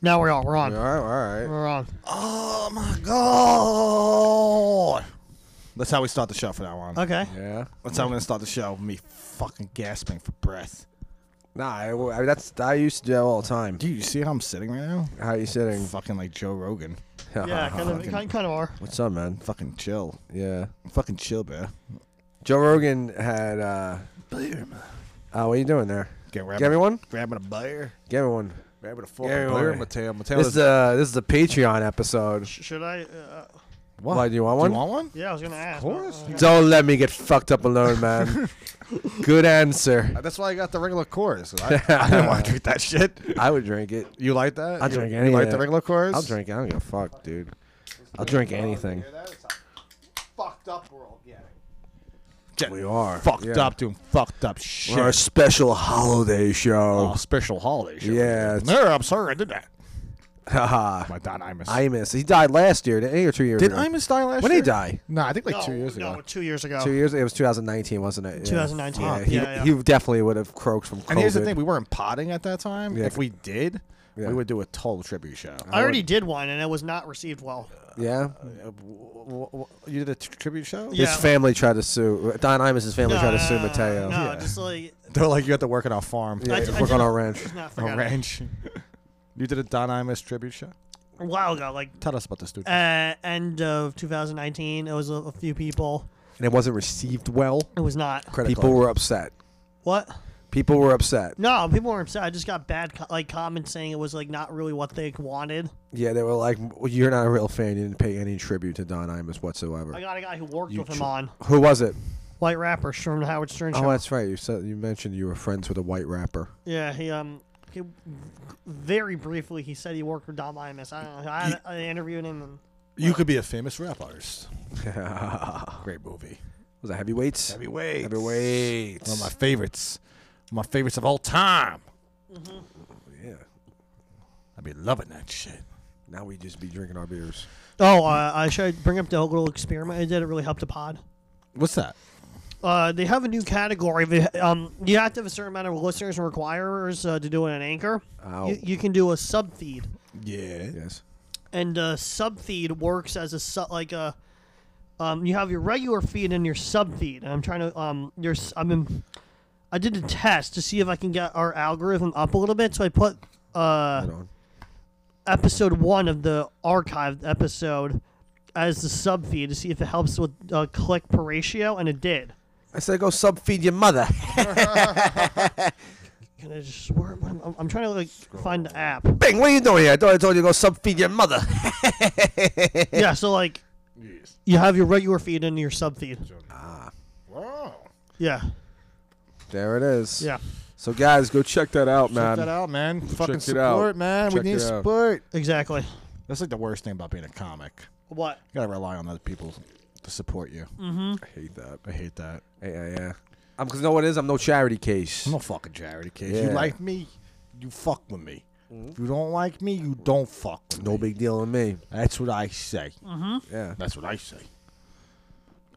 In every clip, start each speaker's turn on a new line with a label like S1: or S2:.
S1: Now we're on. We're on.
S2: All right, all right.
S1: We're on.
S2: Oh my god! That's how we start the show for that one.
S1: Okay.
S3: Yeah.
S2: That's how I'm gonna start the show. Me fucking gasping for breath.
S3: Nah, I, I mean, that's I used to do that all the time.
S2: Dude, you see how I'm sitting right now?
S3: How you sitting?
S2: Fucking like Joe Rogan.
S3: Uh,
S1: Yeah, kind of, kind, kind of are.
S3: What's up, man?
S2: Fucking chill.
S3: Yeah.
S2: Fucking chill, bro.
S3: Joe Rogan had. uh uh, what are you doing there?
S2: Get
S3: Get me one.
S2: Grabbing a beer.
S3: Get me one.
S2: Grabbing a
S3: Yeah,
S2: fucking
S3: you
S2: beer,
S3: are.
S2: Mateo. Mateo
S3: This is a this is a Patreon episode.
S1: Sh- should I? Uh,
S2: What?
S3: Why do you want
S2: Do
S3: one?
S2: you want one?
S1: yeah, I was gonna ask. Uh, but-
S2: course.
S1: okay.
S3: Don't let me get fucked up alone, man. Good answer.
S2: Uh, That's why I got the regular chorus. I, I didn't want to drink that shit.
S3: I would drink it.
S2: You like that?
S3: I'll
S2: you,
S3: drink
S2: you
S3: any of
S2: like the
S3: it.
S2: regular chorus?
S3: I'll drink. it. I don't give a fuck, dude. I'll
S2: Oh,
S3: drink anything.
S2: Fucked up world, yeah.
S3: We are
S2: Fucked
S3: yeah.
S2: up doing fucked up shit.
S3: We're a special holiday
S2: Oh,
S3: show.
S2: special holiday show.
S3: Yeah, it's-
S2: No, I'm sorry, I did that.
S3: Haha.
S2: My God, I miss.
S3: Imus. He died last year, didn't he, or two years
S2: Did
S3: ago?
S2: I miss die last
S3: When
S2: year?
S3: did he die?
S2: No, I think like
S1: no,
S2: two years
S1: no,
S2: ago.
S1: two years ago.
S3: Two years. It was 2019, wasn't it? Yeah.
S1: 2019.
S3: Yeah,
S1: Fuck.
S3: he,
S1: Yeah, yeah.
S3: he definitely would have croaked from COVID.
S2: And here's the thing: we weren't potting at that time.
S3: Yeah.
S2: If we did,
S3: Yeah.
S2: we would do a total tribute show.
S1: I already did one, and it was not received well.
S3: yeah.
S2: Uh, w- w- w- you did a tr- tribute show?
S1: Yeah.
S3: His family tried to sue. Don Imus' family tried to sue Mateo.
S1: Uh, No,
S3: Yeah.
S1: just like
S2: They're like you have to work at our farm,
S1: I
S3: Yeah,
S1: d- I
S3: work
S1: did
S3: on
S1: a-
S3: our ranch.
S1: it's not
S2: our
S1: forgotten.
S2: ranch. you did a Don Imus tribute show.
S1: a while ago, like
S2: Tell us about the studio.
S1: uh, end of 2019. It was a, a few people.
S3: And it wasn't received well.
S1: It was not
S3: People were upset.
S1: what.
S3: People were upset.
S1: No, people were upset. I just got bad co- like comments saying it was like not really what they wanted.
S3: Yeah, they were like, "Well, "You're not a real fan. You didn't pay any tribute to Don Imus whatsoever."
S1: I got a guy who worked
S3: You
S1: with him
S3: tr-
S1: on
S3: Who was it?
S1: White Rapper from the Howard Stern show.
S3: Oh, that's right. You said you mentioned you were friends with a white rapper.
S1: Yeah, he um, he, very briefly he said he worked with Don Imus. I don't know. I, I interviewed him. And,
S2: you could be a famous rap artist.
S3: was
S2: Great movie.
S3: it heavyweights?
S2: Heavyweight.
S3: Heavyweights.
S2: One of my favorites. One of my favorites of all time.
S3: yeah.
S2: I've been loving that shit.
S3: Now we just be drinking our beers.
S1: oh, uh, I should bring up the little experiment I did. It really helped the pod.
S2: What's that?
S1: Uh, they have a new category. They, um, you have to have a certain amount of listeners and requirers uh, to do it on Anchor.
S3: Ow.
S1: You, you can do a sub feed,
S2: Yeah.
S3: Yes.
S1: and uh, sub feed works as a su- like a. Um, you have your regular feed and your sub feed. And I'm trying to um, your s- I've been, I did a test to see if I can get our algorithm up a little bit. So I put uh,
S3: Hold on.
S1: episode one of the archived episode as the sub feed to see if it helps with uh, click per ratio, and it did.
S3: I said go sub feed your mother.
S1: Can I just swear? I'm, I'm- I'm trying to like find the app.
S3: Bing, what are you doing here? I thought I told you to go sub feed your mother.
S1: yeah, so like
S2: Yes.
S1: you have your regular feed and your sub feed.
S2: Wow.
S1: Yeah,
S3: There it is.
S1: yeah,
S3: So guys, go check that out, man.
S2: Check that out, man.
S3: it
S2: Fucking
S3: out.
S2: support, man.
S3: Check
S2: we need
S3: it out.
S2: support.
S1: exactly.
S2: That's like the worst thing about being a comic.
S1: What?
S2: You gotta rely on other people to support you.
S3: I hate that.
S2: I hate that.
S3: Yeah, yeah, yeah. I'm because know what it is. I'm no charity case.
S2: I'm no fucking charity kid.
S3: Yeah. Mm-hmm.
S2: You like me, you fuck with me. If you don't like me, you don't fuck with
S3: No
S2: me.
S3: big deal on me.
S2: That's what I say.
S3: Mm. Yeah.
S2: That's what I say.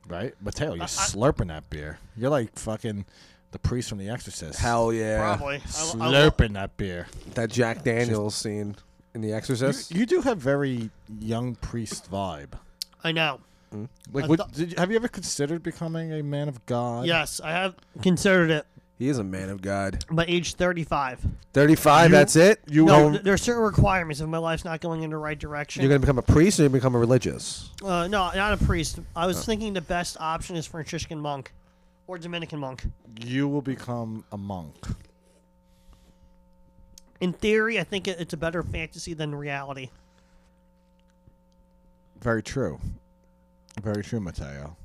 S2: Right? Mateo, you're slurping that beer. You're like fucking the priest from The Exorcist.
S3: Hell yeah.
S1: Probably. I, I-
S2: Slurping that beer.
S3: That Jack Daniels scene in The
S2: You,
S3: Exorcist.
S2: you do have very young priest vibe.
S1: I know.
S2: Like,
S1: I
S2: would,
S1: thought-
S2: did you, have you ever considered becoming a man of God?
S1: Yes, I have considered it.
S3: he is a man of God.
S1: By age 35.
S3: 35.
S2: You-
S3: that's it. You
S1: no,
S3: won't-
S1: th- there are certain requirements if my life's not going in the right direction.
S3: you're gonna become a priest or you become a religious.
S1: Uh, no, not a priest. I
S3: Uh.
S1: was thinking the best option is Franciscan monk or Dominican monk.
S2: You will become a monk.
S1: In theory, I think it, it's a better fantasy than reality.
S2: Very true. Very true, Mateo.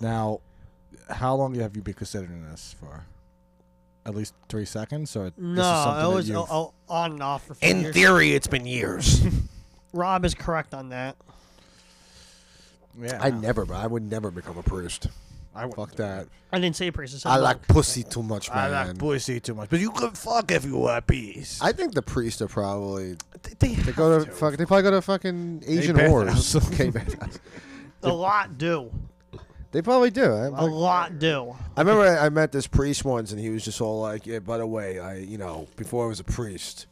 S2: Now, how long have you been considering this for? At least three seconds, or
S1: No, I was oh, oh, on and off for a few years.
S3: theory, it's been years.
S1: Rob is correct on that.
S2: yeah,
S3: I never, but I would never become a priest.
S2: I
S3: Fuck that.
S1: I didn't say priest. I said
S3: I
S1: monk.
S3: like pussy too much, man.
S2: I like pussy too much, but you could fuck if you were a piece.
S3: I think the priests are probably
S2: they
S3: they go to, fuck. They probably go to fucking Asian
S2: bathhouse.
S3: whores. Okay, bathhouse.
S1: A lot do.
S3: They probably do. I,
S1: A lot do.
S3: I remember I, I met this priest once, and he was just all like, "Yeah, by the way, I you know before I was a priest,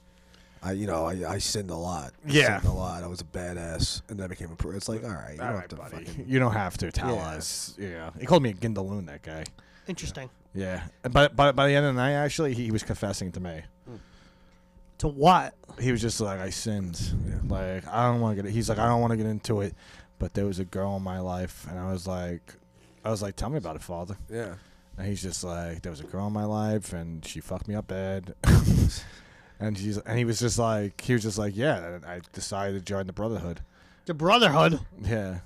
S3: I, you know, I, I sinned a lot. I
S2: Yeah.
S3: sinned a lot. I was a badass, and then I became a pro. It's like, all right, you
S2: All
S3: don't
S2: right,
S3: have to
S2: buddy.
S3: fucking.
S2: You don't have to tell
S3: Yeah.
S2: us. Yeah, he called me a gindaloon. That guy.
S1: Interesting.
S2: Yeah, And but by, by the end of the night, actually, he was confessing to me.
S1: To what?
S2: He was just like, I sinned. Like I don't want to get. He's like, I don't want to get into it. But there was a girl in my life, and I was like, I was like, tell me about it, father.
S3: Yeah,
S2: And he's just like, there was a girl in my life, and she fucked me up bad. and he's and he was just like, he was just like, yeah, I decided to join the brotherhood.
S1: The Brotherhood.
S2: Yeah,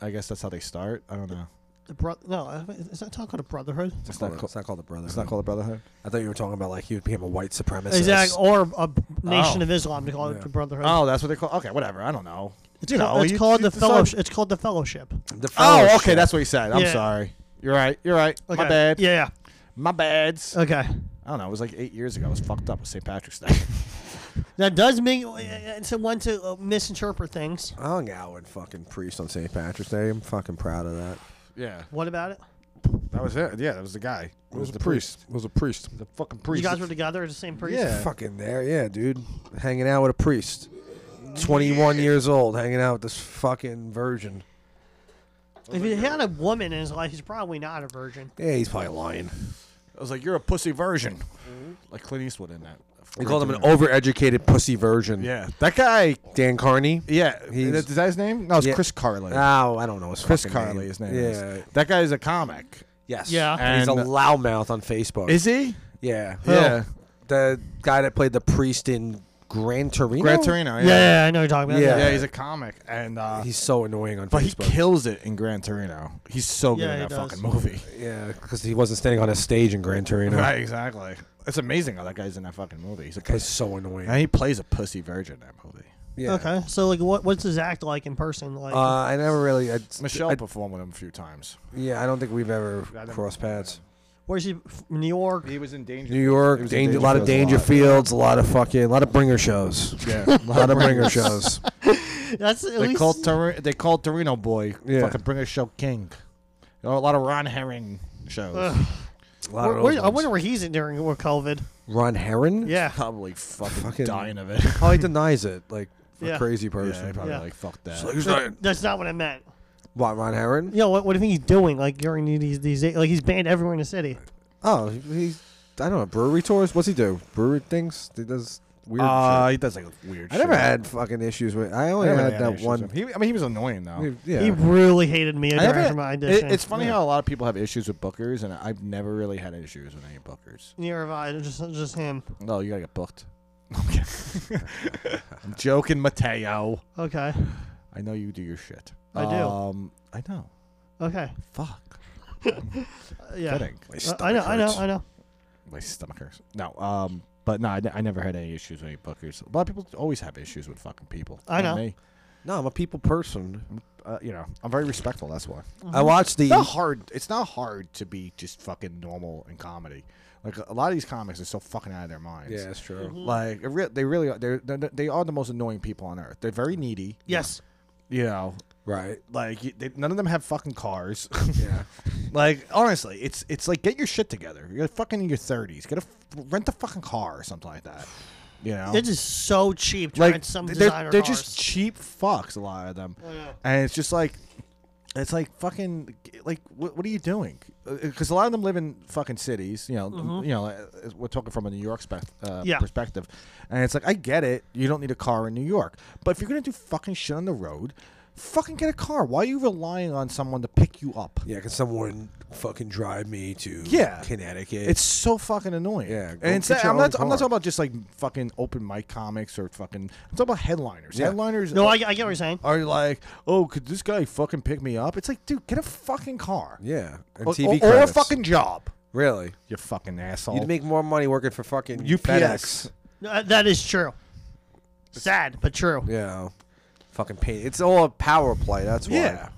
S2: I guess that's how they start. I don't know.
S1: The bro- No, I- is that talking a Brotherhood?
S3: it's,
S2: not
S3: not called,
S2: called-
S3: it's not called the brother.
S2: It's not called a brotherhood.
S3: I thought you were talking about like he became a white supremacist.
S1: Exactly. Or a b- Nation
S2: Oh.
S1: of Islam. They call
S3: Yeah.
S1: it the Brotherhood.
S2: Oh, that's what they call. Okay, whatever. I don't know.
S1: it's
S2: you
S1: called,
S2: know,
S1: it's
S2: you-
S1: called
S2: you
S1: the fellowship.
S2: decide-
S1: It's called the fellowship.
S3: The
S2: Oh,
S3: fellowship.
S2: okay, that's what he said. I'm
S1: Yeah.
S2: sorry. You're right. You're right.
S1: Okay.
S2: My bad.
S1: Yeah. Uh,
S2: My bad.
S1: yeah. Okay.
S2: I don't know. It was like eight years ago. I was fucked up with St. Patrick's Day.
S1: That does make it's a one to uh, misinterpret things.
S3: I hung out with fucking priest on St. Patrick's Day. I'm fucking proud of that.
S2: yeah,
S1: What about it?
S2: that was it. Yeah, that was the guy. It was the priest.
S3: It was a priest.
S2: The fucking priest.
S1: You guys were together at the same priest.
S2: Yeah.
S3: Fucking there, yeah, dude. Hanging out with a priest. 21 years old, hanging out with this fucking virgin.
S1: If he had a woman in his life, he's probably not a virgin.
S3: Yeah, he's probably lying.
S2: I was like, "You're a pussy version," like Clint Eastwood in that.
S3: We Mm-hmm. called him an overeducated pussy virgin.
S2: Yeah, that guy.
S3: Dan Carney.
S2: Yeah,
S3: He's-
S2: is that his name? No, it's
S3: Yeah.
S2: Chris Carly.
S3: Oh, I don't know his
S2: Chris
S3: fucking
S2: Carly,
S3: name.
S2: his name.
S3: Yeah.
S2: Is. That guy is a comic.
S3: Yes.
S1: Yeah.
S3: And he's a
S2: And-
S3: loudmouth on Facebook.
S2: Is he?
S3: yeah.
S2: Yeah.
S3: The guy that played the priest in Gran Torino.
S2: Gran Torino.
S1: Yeah, yeah, I know what you're talking about.
S3: Yeah.
S2: yeah. he's a comic, and uh,
S3: He's so annoying on
S2: but he
S3: Facebook.
S2: kills it in Gran Torino. He's so good
S1: Yeah,
S2: in
S1: he
S2: that
S1: does.
S2: fucking movie.
S3: yeah, because he wasn't standing on a stage in Gran Torino.
S2: Right, exactly. It's amazing how that guy's in that fucking movie. He's a
S3: Guy's
S2: pussy.
S3: so annoying.
S2: And he plays a pussy virgin in that movie.
S3: yeah.
S1: Okay. So like, what what's his act like in person? Like,
S3: Uh, I never really. I,
S2: Michelle
S3: I-
S2: performed with him a few times.
S3: Yeah, I don't think we've ever
S2: I never-
S3: crossed paths.
S1: where's he? f- New York.
S2: He was in danger.
S3: New York,
S2: It was
S3: danger, a lot of danger
S2: Dangerfields
S3: fields, a lot of fucking, a lot of bringer shows,
S2: Yeah,
S3: a lot of bringer shows.
S1: That's at
S2: they
S1: least.
S2: called Tor- they called Torino boy.
S3: Yeah.
S2: fucking bring a show king. You know, a lot of Ron Herring shows.
S1: Ugh.
S3: A lot
S1: Where-
S3: of those
S1: where- I
S3: ones.
S1: wonder where he's in during with COVID.
S3: Ron Heron.
S1: Yeah.
S2: Probably fucking,
S3: Fucking-
S2: dying of it.
S3: probably denies it like a
S1: Yeah.
S3: crazy
S2: yeah, he
S3: person.
S2: probably
S1: Yeah.
S2: like fuck that.
S3: It's like, who's that?
S1: That's not what I meant.
S3: What Ron Heron?
S1: Yeah, what, what do you think he's doing? Like during these these like he's banned everywhere in the city.
S3: Oh, he- he's I don't know brewery tours. What's he do? Brewery things. He does weird.
S2: uh,
S3: shit.
S2: he does like weird.
S3: I never
S2: shit.
S3: had fucking issues with. I
S2: I
S3: only
S2: never
S3: had
S2: any
S3: that
S2: issues
S3: one.
S2: with him. He, I mean, he was annoying though.
S3: Yeah.
S1: He really hated me
S2: I never-
S1: during my
S2: it-
S1: audition.
S2: it's funny
S3: Yeah.
S2: how a lot of people have issues with bookers, and I've never really had issues with any bookers.
S1: near of I just just him.
S2: No, you gotta get booked. I'm kidding. I'm joking, Mateo.
S1: Okay,
S2: I know you do your shit.
S1: I do.
S2: Um, I know.
S1: okay,
S2: Fuck.
S1: Uh, yeah.
S2: Kidding.
S3: My
S1: Uh, I know,
S3: stomach
S1: I know,
S3: hurts.
S1: I know.
S2: My stomach hurts. No. Um. But no, I, ne- I never had any issues with any bookers. A lot of people always have issues with fucking people.
S1: I
S2: Not
S1: know.
S2: me.
S3: No, I'm a people person.
S2: Uh, you know, I'm very respectful. That's why.
S3: I watched the.
S2: It's not hard. It's not hard to be just fucking normal in comedy. Like a lot of these comics are so fucking out of their minds.
S3: Yeah, it's true.
S2: Like it re- they really are. They're, they're they are the most annoying people on earth. They're very needy.
S1: Yes.
S2: You know,
S3: Right.
S2: like you- they, none of them have fucking cars.
S3: Yeah.
S2: Like honestly, it's it's like get your shit together. You're fucking in your thirties. Get a f- rent a fucking car or something like that. You know,
S1: This is so cheap to
S2: like
S1: rent some
S2: they're
S1: designer
S2: they're
S1: cars.
S2: just cheap fucks. A lot of them,
S1: yeah.
S2: and it's just like it's like fucking like what, what are you doing? Because a lot of them live in fucking cities. You know, you know. uh, We're talking from a New York spec, uh,
S1: Mm-hmm. Yeah.
S2: perspective, and it's like I get it. You don't need a car in New York, but if you're gonna do fucking shit on the road. Fucking get a car. Why are you relying on someone to pick you up?
S3: Yeah. Can someone fucking drive me to
S2: Yeah.
S3: Connecticut?
S2: It's so fucking annoying.
S3: Yeah, go
S2: and it's,
S3: get your
S2: I'm not.
S3: own
S2: I'm not
S3: car.
S2: talking about just like fucking open mic comics or fucking. I'm talking about headliners.
S3: Yeah.
S2: Headliners.
S1: No,
S2: are,
S1: I, I get what you're saying.
S2: are like, oh, could this guy fucking pick me up? It's like, dude, get a fucking car.
S3: yeah. And
S2: Or,
S3: TV
S2: or, or a
S3: credits.
S2: fucking job.
S3: really.
S2: You fucking asshole.
S3: You'd make more money working for fucking
S2: UPS.
S3: FedEx.
S1: Uh, that is true. Sad, but true.
S3: Yeah. Fucking pain. It's all a power play. That's why.
S2: Yeah.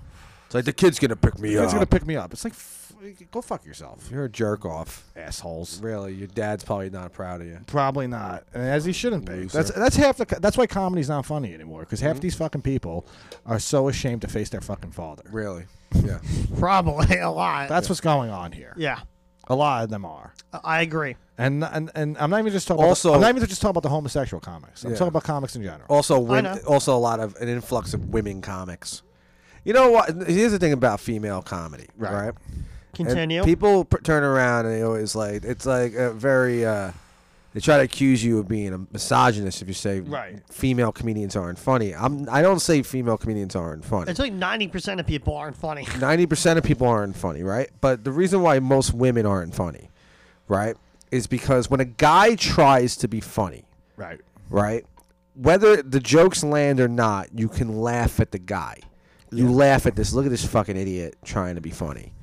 S3: It's like the kid's gonna pick me
S2: It's
S3: up.
S2: gonna pick me up. It's like, f- go fuck yourself,
S3: You're a jerk off.
S2: assholes.
S3: Really, your dad's probably not proud of you.
S2: Probably not, and as he shouldn't be.
S3: Loser. Mm-hmm.
S2: That's that's half the. co- That's why comedy's not funny anymore. Because half these fucking people are so ashamed to face their fucking father.
S3: Really. Yeah.
S1: Probably a lot.
S2: That's what's going on here.
S1: yeah.
S2: A lot of them are.
S1: I- I agree.
S2: And and, and I'm not even just talking.
S3: Also-
S2: about, I'm not even just talking about the homosexual comics. I'm
S3: Yeah.
S2: talking about comics in general.
S3: Also, women,
S1: know.
S3: also a lot of an influx of women comics. You know what? Here's the thing about female comedy, right?
S2: Right.
S3: And
S1: Continue.
S3: people p- turn around and they always like it's like a very. Uh, they try to accuse you of being a misogynist if you say
S1: Right.
S3: female comedians aren't funny. I'm I don't say female comedians aren't funny.
S1: it's like ninety percent of people aren't funny.
S3: ninety percent of people aren't funny, right? But the reason why most women aren't funny, right, is because when a guy tries to be funny,
S2: right.
S3: right, whether the jokes land or not, you can laugh at the guy. You laugh at this. Look at this fucking idiot trying to be funny,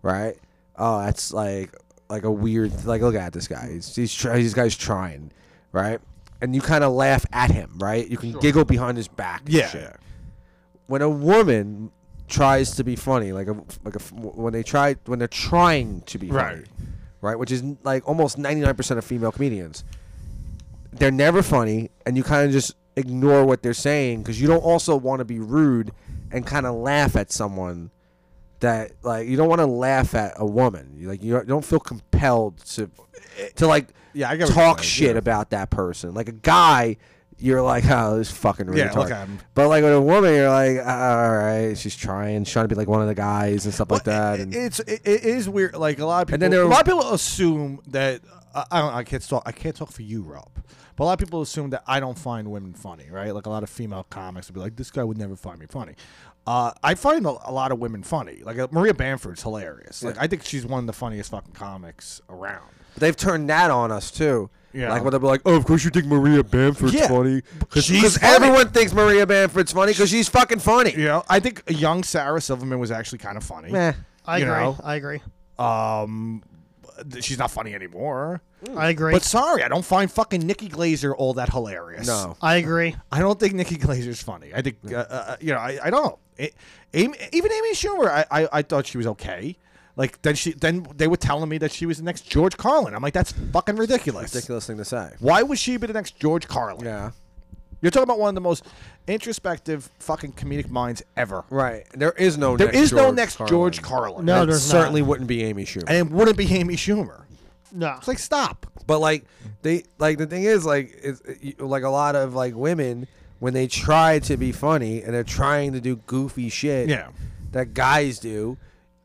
S3: right? Oh, that's like like a weird like look at this guy. He's he's try, this guy's trying, right? And you kind of laugh at him, right? You can giggle behind his back. and
S2: Yeah.
S3: shit when a woman tries to be funny, like a like a when they try when they're trying to be funny,
S2: Right.
S3: right, which is like almost ninety nine percent of female comedians, they're never funny, and you kind of just ignore what they're saying because you don't also want to be rude and kind of laugh at someone that like you don't want to laugh at a woman. You like you don't- you don't feel compelled to to like
S2: Yeah, I get what you're
S3: talk
S2: saying,
S3: shit
S2: yeah.
S3: about that person. Like a guy, you're like, oh, this fucking
S2: Yeah,
S3: retard.
S2: look at him.
S3: But like with a woman, you're like, all right, she's trying, she's trying to be like one of the guys and stuff like that.
S2: It-
S3: And
S2: it's it, it is weird. Like a lot of people,
S3: And then there
S2: a
S3: were-
S2: lot of people assume that I, I don't. I can't talk. I can't talk for you, Rob. But a lot of people assume that I don't find women funny, right? Like a lot of female comics would be like, "This guy would never find me funny." Uh, I find a, a lot of women funny. Like uh, Maria Bamford's hilarious. Like I think she's one of the funniest fucking comics around.
S3: they've turned that on us too.
S2: Yeah.
S3: Like when they'll be like, oh, of course you think Maria Bamford's
S2: Yeah.
S3: funny.
S2: She's
S3: Because
S2: funny.
S3: everyone thinks Maria Bamford's funny because she's fucking funny.
S2: You know, I think young Sarah Silverman was actually kind of funny.
S3: Meh.
S1: I
S2: you
S1: agree.
S2: know?
S1: I agree.
S2: Um, th- she's not funny anymore.
S1: I agree.
S2: Hmm. But sorry, I don't find fucking Nikki Glazer all that hilarious.
S3: No.
S1: I agree.
S2: I don't think Nikki Glazer's funny. I think uh, uh, you know. I, I don't know. It, Amy, even Amy Schumer, I, I, I thought she was okay. Like then she then they were telling me that she was the next George Carlin. I'm like, that's fucking ridiculous.
S3: Ridiculous thing to say.
S2: Why would she be the next George Carlin?
S3: Yeah.
S2: You're talking about one of the most introspective fucking comedic minds ever.
S3: Right. There is no.
S2: There is
S3: next
S2: no
S3: George
S2: next
S3: Carlin.
S2: George Carlin.
S1: No,
S3: It
S1: there's not.
S3: certainly wouldn't be Amy Schumer.
S2: and it wouldn't be Amy Schumer.
S1: No.
S2: It's like stop.
S3: But like they like the thing is like it's you- like a lot of like women when they try to be funny and they're trying to do goofy shit
S2: Yeah.
S3: that guys do,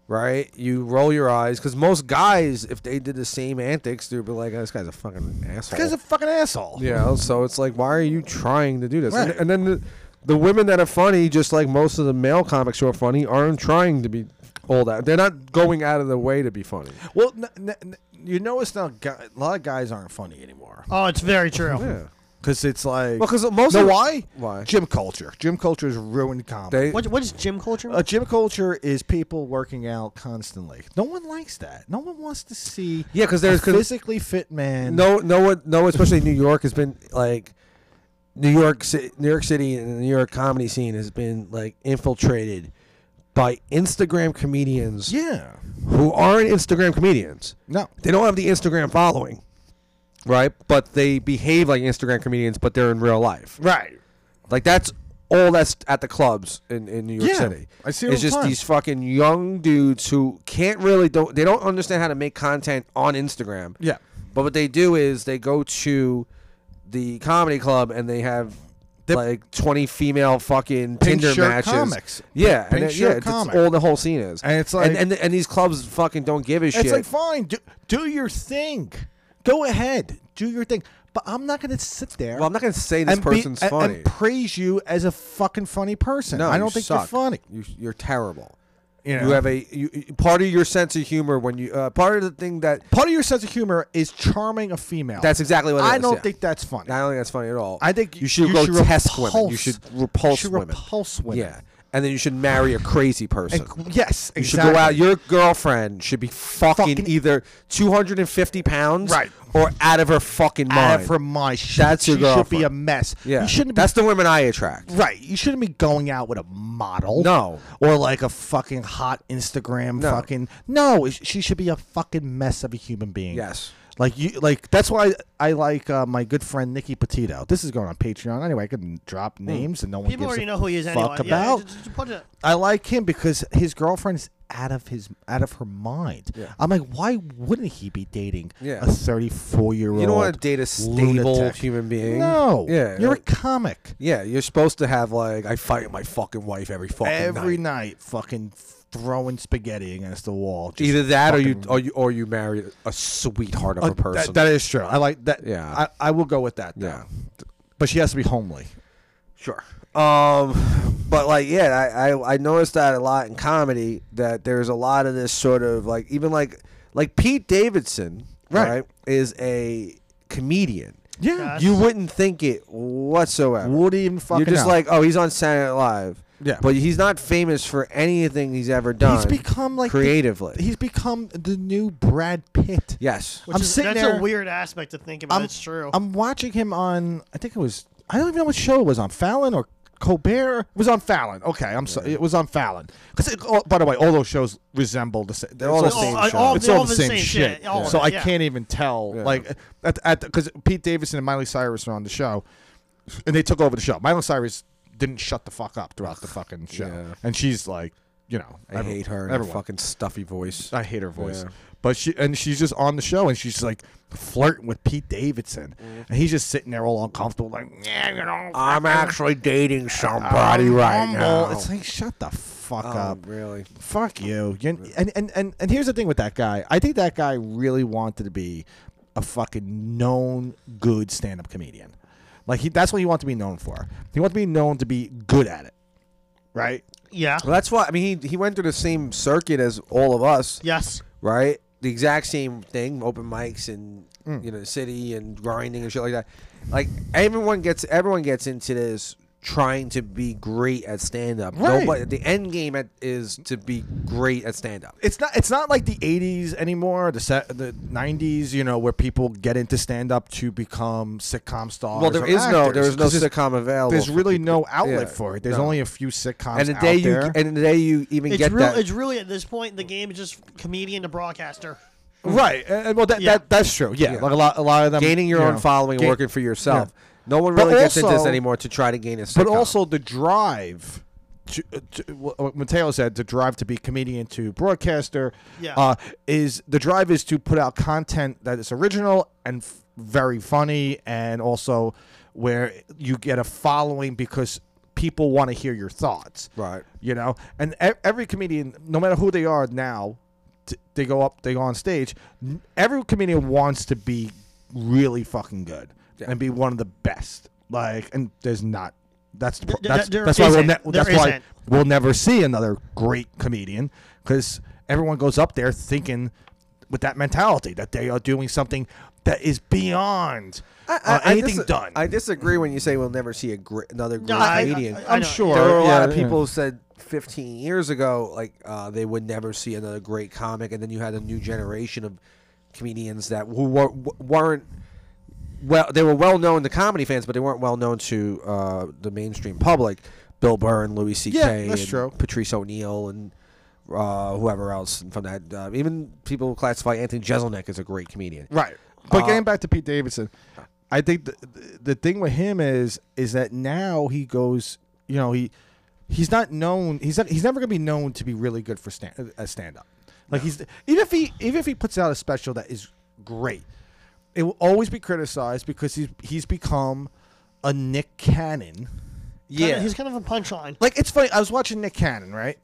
S3: right? You roll your eyes because most guys if they did the same antics, they'd be like, oh, "This guy's a fucking asshole."
S2: Because a fucking asshole.
S3: you know, so it's like, why are you trying to do this?
S2: Right.
S3: And, and then the, the women that are funny, just like most of the male comics who are funny, aren't trying to be all that. They're not going out of their way to be funny.
S2: Well, n- n- n- you notice now, gu- a lot of guys aren't funny anymore.
S1: Oh, it's very true.
S3: Yeah.
S2: Because it's like,
S3: Well, 'cause most
S2: know
S3: of-
S2: why?
S3: Why?
S2: Gym culture. Gym culture is ruined comedy.
S3: They,
S1: What, what is gym culture?
S2: uh, gym culture is people working out constantly. No one likes that. No one wants to see.
S3: Yeah, 'cause there's-
S2: a
S3: 'cause-
S2: physically fit man.
S3: no, no one, no, especially New York has been like New York, Ci- New York City, and the New York comedy scene has been like infiltrated by Instagram comedians
S2: Yeah.
S3: who aren't Instagram comedians.
S2: No.
S3: They don't have the Instagram following, right? But they behave like Instagram comedians, but they're in real life.
S2: Right.
S3: Like that's all that's at the clubs in, in New York
S2: Yeah,
S3: City.
S2: I see it all
S3: It's
S2: the
S3: just
S2: time.
S3: these fucking young dudes who can't really don't they don't understand how to make content on Instagram.
S2: Yeah.
S3: But what they do is they go to the comedy club and they have
S2: They-
S3: like twenty female fucking
S2: Pink
S3: Tinder
S2: shirt
S3: matches.
S2: comics.
S3: Yeah,
S2: Pink
S3: and it-
S2: shirt
S3: yeah, it's, it's
S2: comic.
S3: all the whole scene is.
S2: And it's like-
S3: and and, and these clubs fucking don't give a shit.
S2: It's like, fine, do, do your thing. Go ahead. Do your thing. But I'm not going to sit there.
S3: well, I'm not gonna say this
S2: and be-
S3: person's
S2: and-
S3: funny.
S2: And praise you as a fucking funny person.
S3: no,
S2: I don't
S3: you
S2: think
S3: suck.
S2: you're funny.
S3: You, you're terrible.
S2: You,
S3: You have a you, you- part of your sense of humor when you uh, part of the thing that
S2: part of your sense of humor is charming a female.
S3: That's exactly what it
S2: I
S3: is,
S2: don't
S3: yeah.
S2: think that's funny.
S3: I don't think that's funny at all.
S2: I think
S3: you should grotesque women. You
S2: repulse-
S3: should repulse
S2: you should
S3: women.
S2: repulse women.
S3: Yeah, and then you should marry a crazy person.
S2: And- yes, exactly.
S3: you should go out. Your girlfriend should be fucking,
S2: Fucking-
S3: either 250 pounds,
S2: Right.
S3: or out of her fucking
S2: out
S3: mind.
S2: of her mind. She,
S3: That's your
S2: she should be
S3: girlfriend.
S2: a mess.
S3: yeah,
S2: you shouldn't be
S3: that's the women I attract.
S2: right. You shouldn't be going out with a model.
S3: No.
S2: or like a fucking hot Instagram
S3: No.
S2: fucking. No, sh- she should be a fucking mess of a human being.
S3: Yes.
S2: Like you, like that's why I like uh, my good friend Nikki Petito. This is going on Patreon anyway. I can drop
S3: Hmm.
S2: names and no one
S1: People
S2: gives
S1: already
S2: a
S1: know who he is
S2: fuck
S1: anyway.
S2: about.
S1: Yeah, just- just put it-
S2: I like him because his girlfriend is out of his out of her mind.
S3: Yeah.
S2: I'm like, why wouldn't he be dating
S3: Yeah.
S2: a 34 year old?
S3: You don't want to date a stable human being.
S2: No,
S3: Yeah.
S2: you're a
S3: like-
S2: comic.
S3: yeah, you're supposed to have like I fight my fucking wife every fucking
S2: Every
S3: night.
S2: night, fucking throwing spaghetti against the wall. Just
S3: Either that or you
S2: fucking-
S3: or you or you marry a sweetheart of
S2: Uh,
S3: a person.
S2: that- that is true. I like that.
S3: Yeah.
S2: I, I will go with that. Though.
S3: yeah.
S2: but she has to be homely.
S3: Sure. Um, but like, yeah, I, I I noticed that a lot in comedy that there's a lot of this sort of like even like like Pete Davidson,
S2: Right.
S3: right, is a comedian.
S2: Yeah,
S1: Yes.
S3: You wouldn't think it whatsoever.
S2: would even fucking.
S3: You're just
S2: know.
S3: like, oh, he's on Saturday Night Live.
S2: Yeah.
S3: But he's not famous for anything he's ever done.
S2: he's become like the-
S3: creatively.
S2: he's become the new Brad Pitt.
S3: yes.
S1: Which
S2: I'm
S1: is,
S2: sitting
S1: that's
S2: there-
S1: a weird aspect to think about.
S2: I'm-
S1: It's true.
S2: I'm watching him on. I think it was. I don't even know what show it was on. Fallon or Colbert? It was on Fallon. Okay, I'm sorry. It was on Fallon. 'Cause it- oh, by the way, all those shows resemble the same. They're
S3: all the
S1: Oh,
S3: same
S1: I-
S3: show.
S1: all,
S2: it's
S1: they're
S2: all, the same, shit.
S1: All of
S2: So
S1: it,
S2: I
S1: yeah.
S2: can't even tell.
S3: Yeah.
S2: Like at at because Pete Davidson and Miley Cyrus are on the show, and they took over the show. Miley Cyrus didn't shut the fuck up throughout the fucking show,
S3: Yeah.
S2: and she's like, you know,
S3: I
S2: every-
S3: hate her and her
S2: Everyone.
S3: fucking stuffy voice.
S2: I hate her voice.
S3: Yeah.
S2: But she and she's just on the show and she's like flirting with Pete Davidson,
S3: Mm-hmm.
S2: and he's just sitting there all uncomfortable, like, yeah, you know,
S3: I'm actually dating somebody
S2: body
S3: right now.
S2: It's like shut the fuck
S3: oh,
S2: up,
S3: really?
S2: fuck you. you and, and and and here's the thing with that guy. I think that guy really wanted to be a fucking known good stand-up comedian. Like he, that's what he wanted to be known for. He wanted to be known to be good at it, right?
S1: Yeah.
S3: Well, that's why I mean he he went through the same circuit as all of us,
S1: Yes.
S3: right? The exact same thing, open mics and you know, the city and grinding and shit like that. Like everyone gets everyone gets into this trying to be great at stand up.
S2: Right.
S3: the end game at, is to be great at stand up.
S2: it's not it's not like the 80s anymore the se- the 90s you know where people get into stand up to become sitcom stars
S3: Well, there
S2: or
S3: is no
S2: actors,
S3: there is no
S2: 'cause there's-
S3: sitcom available.
S2: there's
S3: for
S2: really
S3: people.
S2: no outlet
S3: Yeah,
S2: for it there's
S3: no.
S2: only a few sitcoms
S3: And the
S2: out
S3: day you
S2: there.
S3: and the day you even
S1: It's
S3: get
S1: real.
S3: that,
S1: It's really at this point the game is just comedian to broadcaster.
S2: right and, and well that,
S1: Yeah.
S2: that that's true yeah,
S3: Yeah.
S2: like a lot a lot of them
S3: gaining your
S2: you
S3: own
S2: know,
S3: following,
S2: gain-
S3: and working for yourself. No one
S2: But
S3: really gets into this
S2: also-
S3: anymore to try to gain a.
S2: but
S3: sitcom.
S2: also the drive to, uh, to, what Mateo said the drive to be comedian to broadcaster
S1: Yeah.
S2: uh, is the drive is to put out content that is original and f- very funny and also where you get a following because people want to hear your thoughts
S3: Right.
S2: you know and e- every comedian no matter who they are now t- they go up they go on stage n- every comedian wants to be really fucking good
S3: Yeah.
S2: and be one of the best like and there's not that's the pro-
S1: Th-
S2: that's,
S1: there
S2: that's why we'll
S1: isn't.
S2: ne-
S1: There
S2: that's why
S1: isn't.
S2: we'll never see another great comedian because everyone goes up there thinking with that mentality that they are doing something that is beyond uh, anything
S3: dis-
S2: done.
S3: I disagree when you say we'll never see a gr- another great
S1: No, I- I-
S3: comedian.
S1: I- I-
S2: am
S1: know.
S2: sure
S3: there were a lot
S2: yeah,
S3: of
S2: yeah.
S3: people who said 15 years ago, like uh, they would never see another great comic, and then you had a new generation of comedians that who were, weren't well. They were well known to comedy fans, but they weren't well known to uh, the mainstream public. Bill Burr and Louis C.K.
S2: Yeah, that's
S3: and
S2: true.
S3: Patrice O'Neill and uh, whoever else and from that. Uh, even people who classify Anthony Jeselnik as a great comedian.
S2: Right. But getting back to Pete Davidson, I think the, the the thing with him is is that now he goes, you know, he he's not known. He's not, he's never going to be known to be really good for stand as stand up. Like he's even if he even if he puts out a special that is great, it will always be criticized because he's he's become a Nick Cannon.
S1: Kinda- he's kind of a punchline.
S2: Like it's funny. I was watching Nick Cannon, right?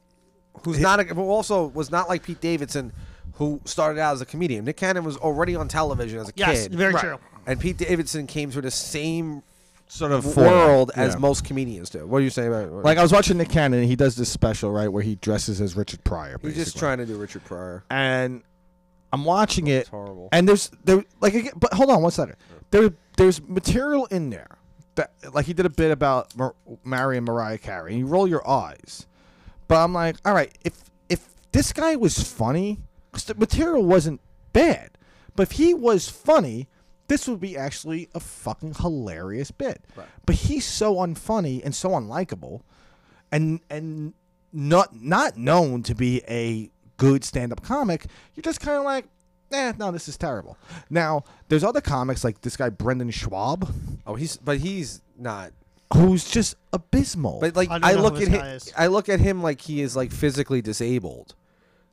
S3: who's not a, who also was not like Pete Davidson, who started out as a comedian. Nick Cannon was already on television as a
S1: Yes,
S3: kid,
S1: very Right. true.
S3: And Pete Davidson came through the same
S2: Sort of
S3: world as
S2: most.
S3: most comedians do. What do you say about it?
S2: Like I was watching Nick Cannon, and he does this special right where he dresses as Richard Pryor.
S3: he's just
S2: basically.
S3: trying to do Richard Pryor.
S2: and I'm watching it.
S3: horrible.
S2: And there's there like again, but hold on one second. There there's material in there that like he did a bit about Mar- marrying Mariah Carey. And you roll your eyes, but I'm like, all right, if if this guy was funny, because the material wasn't bad, but if he was funny. This would be actually a fucking hilarious bit,
S3: Right.
S2: but he's so unfunny and so unlikable, and and not not known to be a good stand up comic, you're just kind of like, eh, no, this is terrible. Now, there's other comics like this guy Brendan Schwab,
S3: Oh, he's but he's not.
S2: who's just abysmal.
S3: But like
S1: I don't
S3: I,
S1: know who
S3: look at
S1: this guy
S3: him,
S1: is.
S3: I look at him like he is like physically disabled.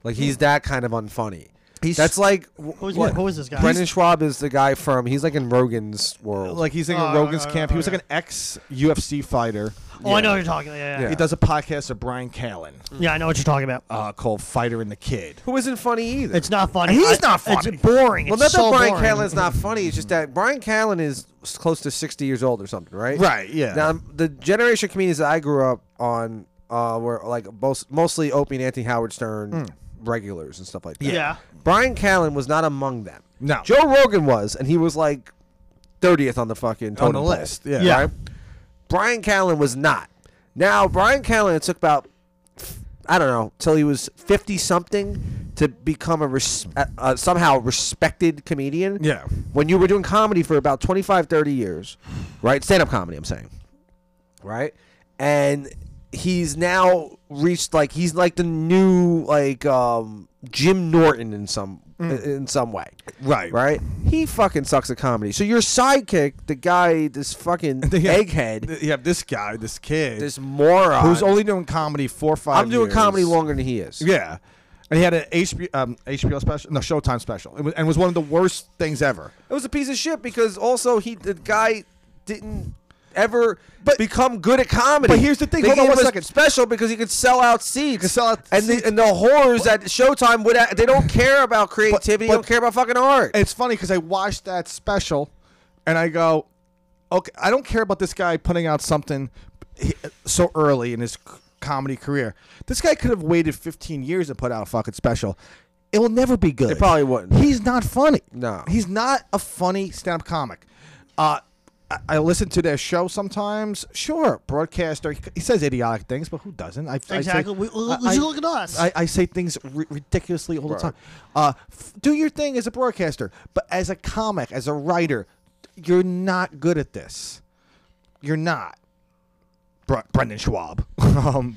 S3: Like he's that kind of unfunny.
S2: He's-
S3: That's like wh-
S1: Hmm. Who's,
S3: what?
S1: who is this guy?
S3: Brendan Schwab is the guy from. He's like in Rogan's world.
S2: like he's like in
S1: Oh,
S2: Rogan's
S1: oh,
S2: camp.
S1: oh,
S2: he was
S1: yeah.
S2: like an ex UFC fighter.
S1: oh, I know what you're talking. Yeah, yeah,
S2: He
S1: yeah.
S3: Yeah.
S2: does a podcast with Brian Callen
S1: Yeah, I know what you're talking about.
S2: uh, called Fighter and the Kid.
S3: who isn't funny either.
S1: It's not funny.
S2: He's
S1: I-
S2: not funny.
S1: It's boring.
S3: well,
S1: it's
S3: not
S1: so
S3: that Brian
S1: boring.
S3: Callen's not funny. It's just that Brian Callen is s- close to sixty years old or something, right?
S2: Right, yeah.
S3: Now the generation of comedians that I grew up on uh, were like most, mostly Opie and Anthony Howard Stern
S2: Hmm.
S3: regulars and stuff like that.
S1: Yeah.
S3: Brian Callen was not among them.
S2: No.
S3: Joe Rogan was, and he was like thirtieth on the fucking
S2: On
S3: totem
S2: the
S3: pole,
S2: list, yeah.
S1: Yeah.
S3: right? Brian Callen was not. Now Brian Callen it took about I don't know till he was fifty something to become a res- uh, uh, somehow respected comedian.
S2: Yeah.
S3: When you were doing comedy for about 25, 30 years, right? Stand up comedy, I'm saying, right? And he's now reached like he's like the new like um Jim Norton in some in some way
S2: Mm. Right.
S3: right? He fucking sucks at comedy. So your sidekick, the guy, this fucking
S2: They have-
S3: egghead,
S2: You have this guy, this kid,
S3: this moron,
S2: who's only doing comedy four or five.
S3: I'm doing
S2: years.
S3: comedy longer than he is.
S2: Yeah, and he had an HBO, um, HBO special, no Showtime special, it was, and was one of the worst things ever.
S3: It was a piece of shit because also he, the guy, didn't ever but, become good at comedy.
S2: But here's the thing,
S3: Thinking
S2: hold on
S3: it
S2: one
S3: was
S2: second.
S3: Special because he could sell out seats.
S2: could sell out
S3: and the and the horrors at Showtime would they don't care about creativity.
S2: but-
S3: they don't care about fucking art.
S2: It's funny because I watched that special, and I go, okay, I don't care about this guy putting out something he- so early in his c- comedy career. This guy could have waited 15 years to put out a fucking special. It will never be good. It
S3: probably wouldn't.
S2: He's not funny.
S3: No.
S2: he's not a funny stand-up comic. Uh. I- I listen to their show sometimes. Sure, broadcaster. He he says idiotic things, but who doesn't? I, I say-
S1: Exactly. We-
S2: I-
S1: we-
S2: I-
S1: look at us.
S2: I, I say things ri- ridiculously all the time. Uh, f- do your thing as a broadcaster, but as a comic, as a writer, you're not good at this. You're not. Bre- Brendan Schwab. um,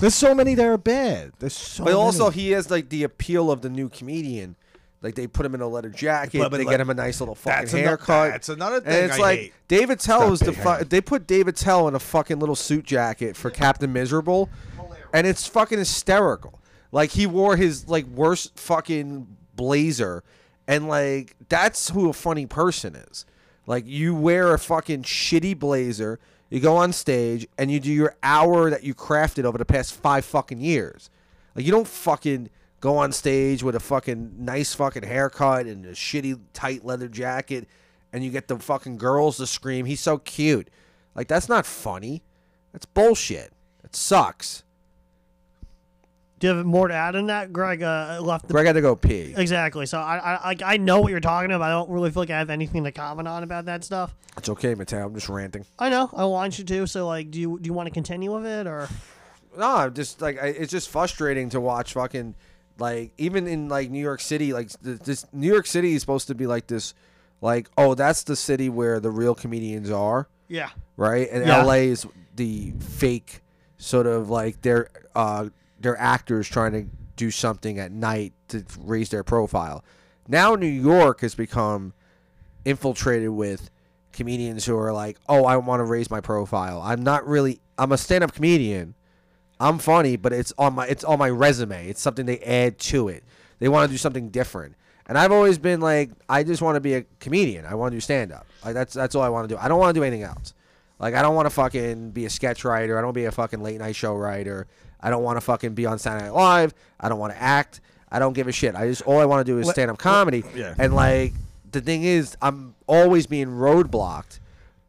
S2: there's so many that are bad. There's so.
S3: But also,
S2: many.
S3: he has like the appeal of the new comedian. Like they put him in a leather jacket,
S2: But- but
S3: they
S2: like-
S3: get him a nice little fucking
S2: That's ano-
S3: haircut.
S2: that's another
S3: And
S2: thing
S3: it's
S2: I
S3: like
S2: hate.
S3: David Tell
S2: that
S3: was the
S2: big
S3: fu-
S2: hair.
S3: they put David Tell in a fucking little suit jacket for Captain Miserable, and it's fucking hysterical. Like he wore his like worst fucking blazer, and like that's who a funny person is. Like you wear a fucking shitty blazer, you go on stage, and you do your hour that you crafted over the past five fucking years. Like you don't fucking go on stage with a fucking nice fucking haircut and a shitty tight leather jacket and you get the fucking girls to scream, he's so cute. Like that's not funny. That's bullshit. It sucks.
S1: Do you have more to add on that? Greg uh, left the
S3: Greg had to go pee.
S1: Exactly. So I, I like I know what you're talking about. I don't really feel like I have anything to comment on about that stuff.
S3: It's okay, Mateo. I'm just ranting.
S1: I know I want you to. So like, do you do you want to continue with it or?
S3: No, I'm just like I, it's just frustrating to watch fucking like even in like New York City, like th- this New York City is supposed to be like this, like oh that's the city where the real comedians are.
S1: Yeah.
S3: right? And
S1: Yeah.
S3: LA is the fake sort of like their uh their actors trying to do something at night to raise their profile. Now New York has become infiltrated with comedians who are like, "Oh, I want to raise my profile. I'm not really I'm a stand-up comedian. I'm funny, but it's on my it's on my resume. It's something they add to it. They want to do something different. And I've always been like, I just want to be a comedian. I want to do stand up. Like that's that's all I want to do. I don't want to do anything else. Like I don't want to fucking be a sketch writer. I don't wanna be a fucking late night show writer. I don't want to fucking be on Saturday Night Live. I don't want to act. I don't give a shit. I just all I want to do is stand up comedy.
S2: yeah.
S3: And like the thing is, I'm always being roadblocked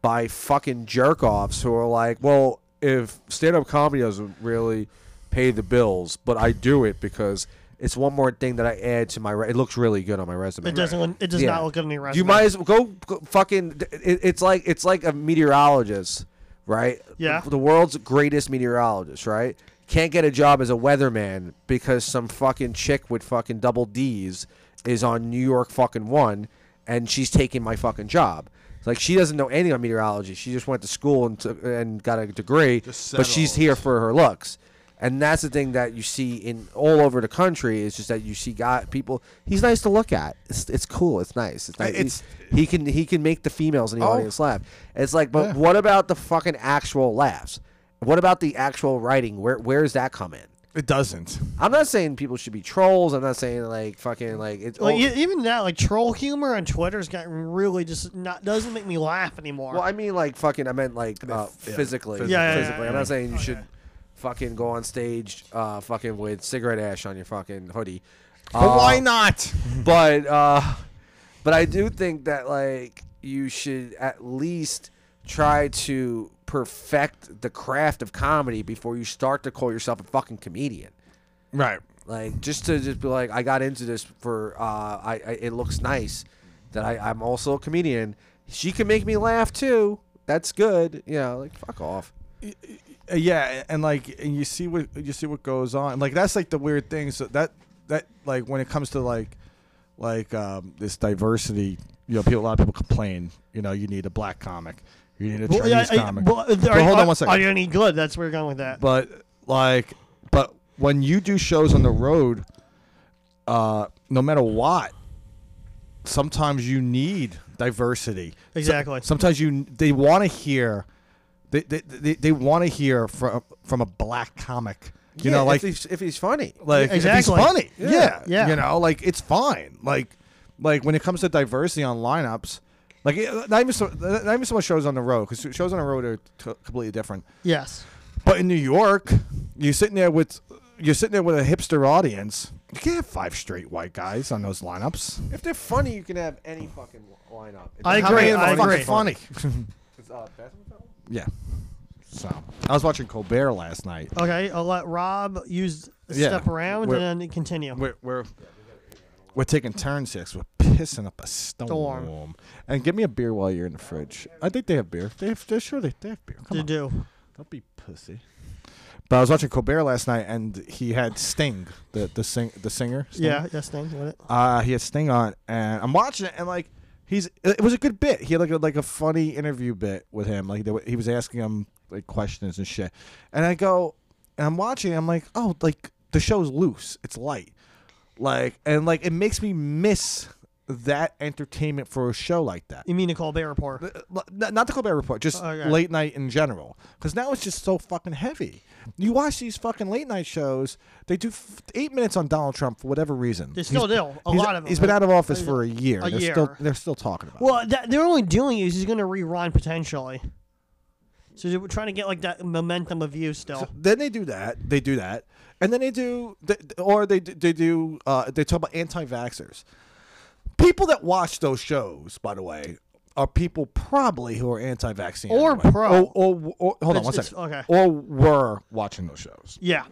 S3: by fucking jerk offs who are like, well, if stand up comedy doesn't really pay the bills, but I do it because it's one more thing that I add to my. Re- it looks really good on my resume.
S1: It doesn't. It does
S3: Yeah.
S1: not look good on your resume.
S3: You might as well go, go fucking. It, it's like it's like a meteorologist, right?
S1: Yeah.
S3: The, world's greatest meteorologist, right? Can't get a job as a weatherman because some fucking chick with fucking double D's is on New York fucking one, and she's taking my fucking job. It's Like she doesn't know anything on meteorology. She just went to school and took, and got a degree,
S2: Just
S3: but she's
S2: settled.
S3: here for her looks. And that's the thing that you see in all over the country is just that you see guy people. He's nice to look at. It's, it's cool. It's nice. It's nice.
S2: It's-
S3: He- he can he can make the females in the
S2: Oh.
S3: audience laugh. It's like, but
S2: Yeah.
S3: what about the fucking actual laughs? What about the actual writing? Where where does that come in?
S2: It doesn't.
S3: I'm not saying people should be trolls. I'm not saying like fucking like it's
S1: Like
S2: Oh.
S3: all-
S1: e- even that, like troll humor on Twitter's gotten really just not doesn't make me laugh anymore.
S3: Well, I mean, like fucking. I meant like uh, physically.
S2: Yeah,
S3: Yeah,
S1: yeah, yeah,
S3: physically. I'm
S1: yeah.
S3: not saying you should fucking go on stage, uh, fucking with cigarette ash on your fucking hoodie.
S2: But
S3: Uh,
S2: why not?
S3: But uh, but I do think that like you should at least try to perfect the craft of comedy before you start to call yourself a fucking comedian.
S2: Right.
S3: Like just to just be like, I got into this for uh, I, I it looks nice that I, I'm also a comedian. She can make me laugh too. That's good. You know, like fuck off.
S2: Uh, yeah, and like and you see what you see what goes on. Like that's like the weird thing. So that that like when it comes to like like um, this diversity, you know, people, a lot of people complain. You know, you need a black comic, you need a
S1: Well, yeah,
S2: Chinese
S1: I-
S2: comic.
S1: well, are,
S2: But hold on one
S1: Are
S2: second.
S1: you any good? That's where you're going with that.
S2: but like, but when you do shows on the road, uh, no matter what, sometimes you need diversity.
S1: exactly.
S2: Sometimes you they want to hear they they, they, they want to hear from from a black comic. You know, like
S3: if he's, if he's funny,
S2: like
S1: Yeah,
S2: if he's
S1: exactly.
S2: funny. Yeah.
S3: Yeah.
S2: yeah.
S1: Yeah.
S2: You know, like it's fine. Like like when it comes to diversity on lineups, like it- not even so, not even so much shows on the road because shows on the road are t- completely different.
S1: yes.
S2: But in New York, you're sitting there with you're sitting there with a hipster audience. You can't have five straight white guys on those lineups.
S3: if they're funny, you can have any fucking lineup.
S1: I
S2: How
S1: agree,
S2: many of them
S1: I
S2: are fucking
S1: agree.
S2: Funny. yeah. So I was watching Colbert last night.
S1: Okay. I'll let Rob use
S2: Yeah.
S1: step around
S2: We're-
S1: and then continue.
S2: we're we're we're taking turns here 'cause we're pissing up a storm.
S1: Storm.
S2: And give me a beer while you're in the fridge. I think they have beer. They have, they're sure they, they have beer. Come
S1: to
S2: on,
S1: do.
S2: don't be pussy. But I was watching Colbert last night, and he had Sting, the the sing the singer. Sting.
S1: Yeah. Yes, Sting. What it?
S2: Uh, he had Sting on, and I'm watching it, and like he's it was a good bit. He had like a, like a funny interview bit with him. Like they, were- he was asking him like questions and shit. And I go, and I'm watching. I'm like, oh, like the show's loose. It's light, like and like it makes me miss that entertainment for a show like that.
S1: You mean to call Bear Report?
S2: L- n- not the Colbert Report, just
S1: Okay.
S2: late night in general. Because now it's just so fucking heavy. You watch these fucking late night shows; they do f- eight minutes on Donald Trump for whatever reason.
S1: They still
S2: He's-
S1: do. A
S2: he's-
S1: lot of them.
S2: He's been out of office
S1: A-
S2: for a year.
S1: a
S2: they're Still,
S1: year.
S2: they're still talking about. it.
S1: Well, that, they're only doing is he's going to rerun potentially. So they're trying to get like that momentum of views still.
S2: Then they do that. They do that, and then they do, th- or they d- they do. Uh, they talk about anti-vaxxers. People that watch those shows, by the way, are people probably who are anti-vaccine
S1: Or
S2: anyway.
S1: pro.
S2: Or, or, or- hold on
S1: It's-
S2: one
S1: it's-
S2: second.
S1: okay.
S2: Or were watching those shows.
S1: Yeah.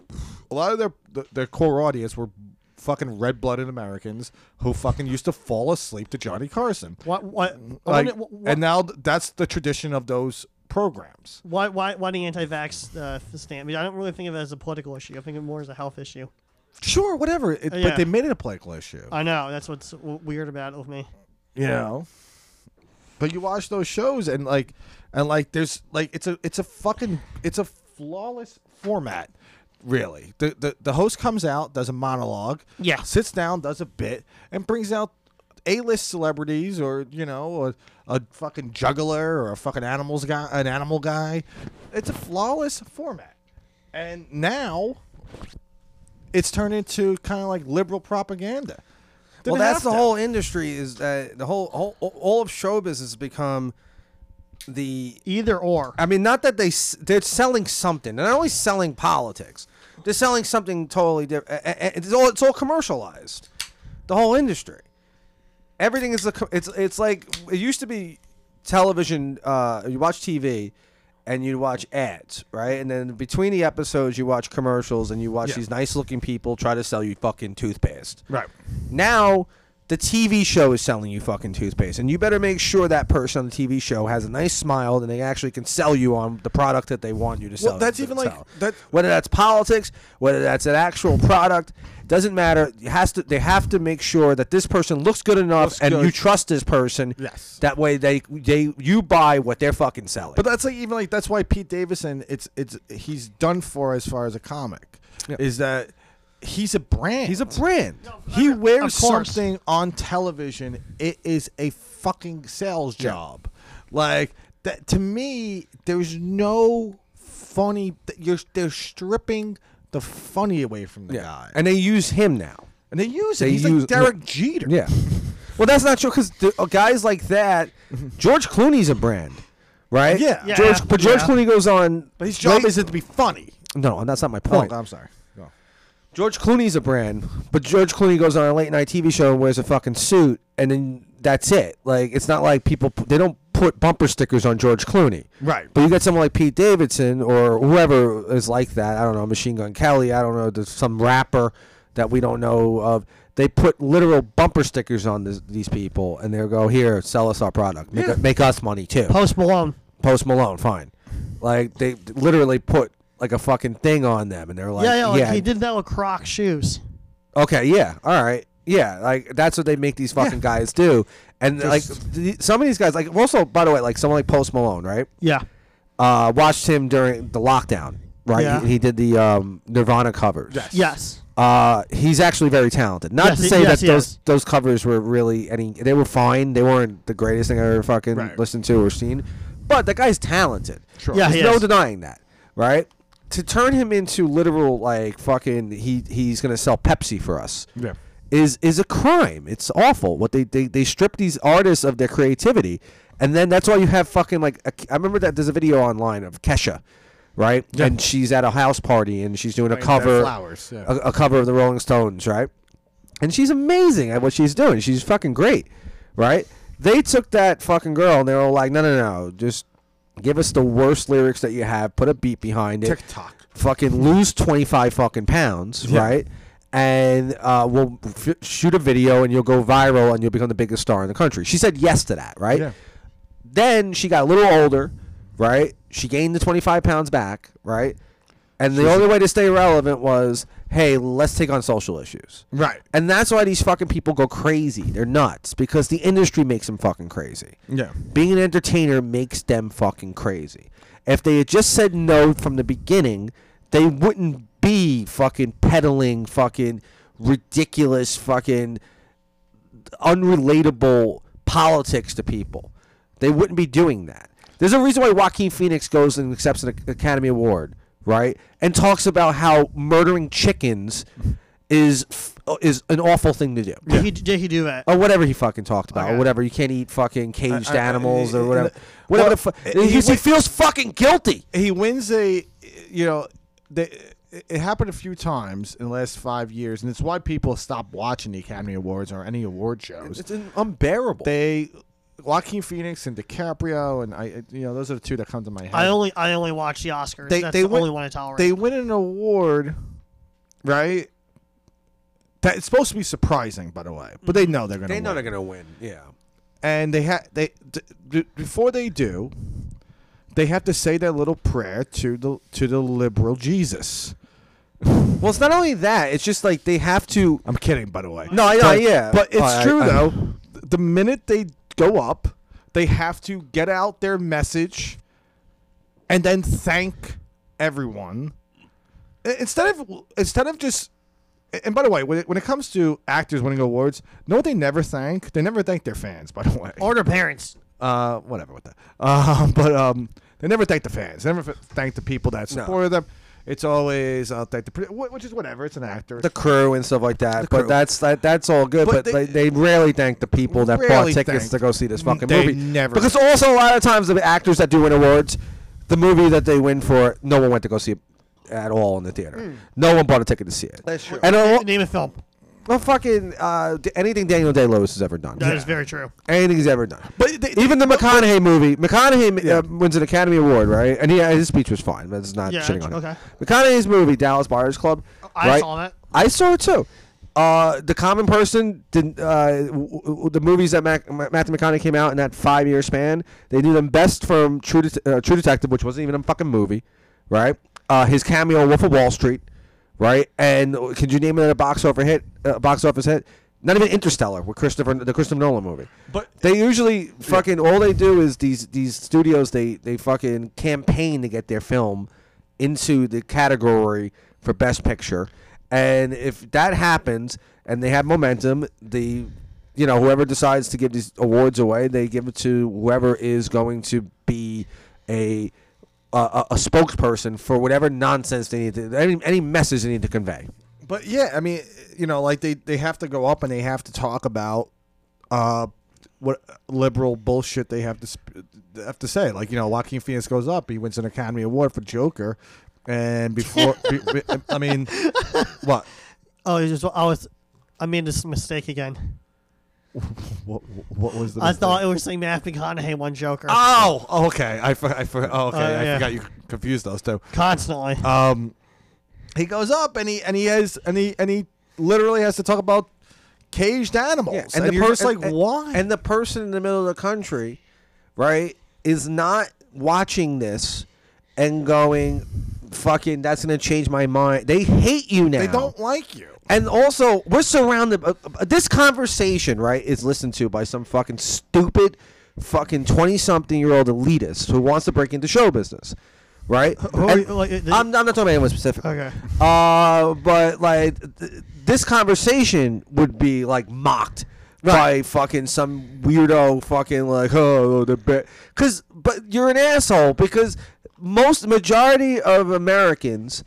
S2: a lot of their th- their core audience were fucking red blooded Americans who fucking used to fall asleep to Johnny Carson.
S1: What? What?
S2: Like,
S1: why, why,
S2: and now th- that's the tradition of those programs.
S1: why? Why? Why the anti-vax uh, stand? I, mean, I don't really think of it as a political issue. I think of it more as a health issue.
S2: Sure, whatever, it,
S1: yeah.
S2: but they made it a political issue.
S1: I know that's what's w- weird about it with me.
S2: you know. But you watch those shows and like, and like, there's like, it's a it's a fucking it's a flawless format. Really, the, the the host comes out, does a monologue,
S1: Yeah.
S2: sits down, does a bit, and brings out A-list celebrities or you know a, a fucking juggler or a fucking animals guy, an animal guy. It's a flawless format, and now it's turned into kind of like liberal propaganda.
S4: well,
S2: Didn't
S4: that's
S2: have
S4: the
S2: to.
S4: whole industry is that the whole, whole all of show business has become the.
S1: Either or.
S2: Uh,
S4: I mean, not that they s- they're selling something. They're not only selling politics. They're selling something totally different. It's all it's all commercialized. The whole industry. Everything is a co- it's it's like it used to be television. Uh, you watch TV. And you watch ads, right? And then between the episodes, you watch commercials and you watch
S2: Yeah.
S4: these nice looking people try to sell you fucking toothpaste.
S2: right.
S4: Now
S3: The TV show is selling you fucking toothpaste, and you better make sure that person on the TV show has a nice smile and they actually can sell you on the product that they want you to sell.
S2: Well, that's
S3: to
S2: even like-
S3: sell.
S2: that-
S3: whether that's politics, whether that's an actual product, doesn't matter. It has to they have to make sure that this person looks good enough
S2: Looks
S3: and
S2: good.
S3: you trust this person.
S2: Yes.
S3: That way they they you buy what they're fucking selling.
S2: But that's like even like that's why Pete Davidson it's it's he's done for as far as a comic is that he's a brand.
S3: he's a brand.
S2: he wears
S1: Of course.
S2: something on television. It is a fucking sales job. Like that to me, there's no funny. You're they're stripping the funny away from the guy, and,
S3: And they use him now.
S2: they use it.
S3: they
S2: he's
S3: use-
S2: like Derek Jeter.
S3: Yeah. Well, that's not true because uh, guys like that, George Clooney's a brand, right?
S2: Mm-hmm. Yeah. Yeah.
S3: George, but George
S1: Yeah.
S3: Clooney goes on.
S2: but his job
S3: late-
S2: isn't to be funny.
S3: no, that's not my
S2: Oh,
S3: point.
S2: I'm sorry. Go.
S3: George Clooney's a brand, but George Clooney goes on a late night TV show and wears a fucking suit, and then that's it. Like it's not like people p- they don't put bumper stickers on George Clooney,
S2: Right.
S3: But you got someone like Pete Davidson or whoever is like that. I don't know, Machine Gun Kelly. I don't know, there's some rapper that we don't know of. They put literal bumper stickers on this, these people, and they'll go here, sell us our product, make, make us money too.
S1: Post Malone.
S3: Post Malone, fine. Like they literally put like a fucking thing on them, and they're like,
S1: yeah, yeah, like
S3: yeah
S1: he did that with Croc shoes.
S3: Okay, yeah, all right, yeah, like that's what they make these fucking guys do, and like th- some of these guys, like also by the way, like someone like Post Malone, right?
S1: Yeah.
S3: Uh, watched him during the lockdown, right?
S1: Yeah.
S3: He, he did the um, Nirvana covers.
S2: Yes.
S1: Yes.
S3: Uh, he's actually very talented. Not
S1: Yes,
S3: to
S1: he-
S3: say
S1: yes,
S3: that
S1: he
S3: those
S1: is.
S3: those covers were really any. They were fine. They weren't the greatest thing I ever fucking
S2: Right.
S3: listened to or seen. But the guy's talented.
S2: Sure.
S1: Yeah,
S3: There's
S1: he
S3: no
S1: is.
S3: denying that, right? To turn him into literal like fucking he he's gonna sell Pepsi for us.
S2: Yeah.
S3: Is is a crime. It's awful. What they they, they strip these artists of their creativity, and then that's why you have fucking like a, I remember that there's a video online of Kesha, right? And she's at a house party and she's doing a
S2: Right, that
S3: cover
S2: flowers, yeah.
S3: a, a cover of the Rolling Stones, right? And she's amazing at what she's doing. She's fucking great, right? They took that fucking girl and they were like, no, no, no, just give us the worst lyrics that you have, put a beat behind it,
S2: TikTok.
S3: fucking lose twenty five fucking pounds, right? And uh, we'll f- shoot a video and you'll go viral and you'll become the biggest star in the country. She said yes to that, right?
S2: Yeah.
S3: Then she got a little older, right? She gained the 25 pounds back, right? And the only way to stay relevant was, hey, let's take on social issues.
S2: Right.
S3: And that's why these fucking people go crazy. They're nuts because the industry makes them fucking crazy.
S2: Yeah.
S3: Being an entertainer makes them fucking crazy. If they had just said no from the beginning, they wouldn't be fucking peddling fucking ridiculous fucking unrelatable politics to people. They wouldn't be doing that. There's a reason why Joaquin Phoenix goes and accepts an Ac- Academy Award, right? And talks about how murdering chickens is f- is an awful thing to do.
S1: Did, he, did he do
S2: Oh,
S1: that?
S3: Or whatever he fucking talked about, or
S2: Okay.
S3: whatever you can't eat fucking caged
S2: I- I-
S3: animals,
S2: I-
S3: or whatever.
S2: I-
S3: Whatever
S2: well,
S3: the fuck,
S2: he
S3: he, he
S2: went-
S3: feels fucking guilty.
S2: he wins a you know they, it- it happened a few times in the last five years and it's why people stop watching the academy awards or any award shows
S3: It's unbearable.
S2: they joaquin phoenix and dicaprio and i you know those are the two that come to my head
S1: I only I only watch the Oscars.
S2: They-
S1: That's
S2: they
S1: the
S2: win-
S1: only one I tolerate.
S2: they win an award right that it's supposed to be surprising by the way but they know they're gonna
S3: they know
S2: win.
S3: they're gonna win. Yeah.
S2: and they have they d- d- before they do they have to say their little prayer to the to the liberal jesus
S3: Well, it's not only that. It's just like they have to.
S2: I'm kidding, by the way.
S3: No, I know,
S2: But-
S3: yeah.
S2: But it's
S3: Oh, I-
S2: true
S3: I-
S2: though. Th- The minute they go up, they have to get out their message, and then thank everyone. I- Instead of instead of just. And by the way, when it, when it comes to actors winning awards, know what they never thank? They never thank their fans. By the way,
S4: Oh.
S1: or their parents.
S2: uh, whatever with that. Um, but um, they never thank the fans. They never f- thank the people that supported them. It's always I'll thank the pre- wh- which is whatever. It's an actor.
S3: the crew and stuff like that. But
S2: crew.
S3: that's that, that's all good.
S2: But
S3: But,
S2: they-
S3: they, they rarely thank the people that bought
S2: Rarely
S3: tickets
S2: thank.
S3: to go see this fucking
S2: They
S3: movie.
S2: never-
S3: because also a lot of times the actors that do win awards, the movie that they win for, no one went to go see it at all in the theater. No one bought a ticket to see it.
S2: Hmm. That's true.
S3: And a, lo-
S1: Name a film.
S3: well, fucking uh, d- anything Daniel Day Lewis has ever done.
S1: That is very true.
S3: Anything he's ever done.
S2: But they-
S3: even the McConaughey movie, McConaughey
S2: Yeah.
S3: uh, wins an Academy Award, right? And he, uh, his speech was fine. That's not
S1: Yeah,
S3: shitting on him.
S1: okay. Oh,
S3: McConaughey's movie, Dallas Buyers Club.
S1: I
S3: right?
S1: saw that.
S3: I saw it too. Uh, the common person did uh, w- w- the movies that Mac- Ma- Matthew McConaughey came out in that five year span. They knew them best from True, Det- uh, True Detective, which wasn't even a fucking movie, right? Uh, his cameo in Wolf of Wall Street, right? And uh, could you name another box office hit? Uh, box office hit? Not even Interstellar with Christopher the Christopher Nolan movie.
S2: But-
S3: they usually fucking all they do is these these studios they they fucking campaign to get their film into the category for best picture and if that happens and they have momentum the you know whoever decides to give these awards away they give it to whoever is going to be a a, a- a spokesperson for whatever nonsense they need to any, any message they need to convey
S2: But yeah, I mean, you know, like they they have to go up and they have to talk about uh what liberal bullshit they have to sp- have to say. Like you know, Joaquin Phoenix goes up, he wins an Academy Award for Joker, and before be, be- I mean, what
S1: Oh, you just I was, I made this mistake again.
S2: what what was the
S1: I thought it was saying Matthew McConaughey won Joker
S2: Oh, okay. I, for, I, for, oh, okay.
S1: Uh,
S2: I
S1: yeah.
S2: forgot you confused those two.
S1: constantly.
S2: um, he goes up and he and he has and he and he literally has to talk about caged animals.
S3: Yeah,
S2: and, you're just like, why?
S3: And the person in the middle of the country, right, is not watching this and going, "Fucking, that's gonna change my mind." They hate you now.
S2: they don't like you.
S3: And also, we're surrounded. Uh, uh, this conversation, right, is listened to by some fucking stupid, fucking twenty-something-year-old elitist who wants to break into show business, right?
S1: who are
S3: And
S1: you- like, uh, the-
S3: I'm, I'm not talking about anyone specific.
S1: Okay.
S3: Uh, but like th- this conversation would be like mocked by fucking some weirdo fucking like oh the bit because but you're an asshole because most majority of Americans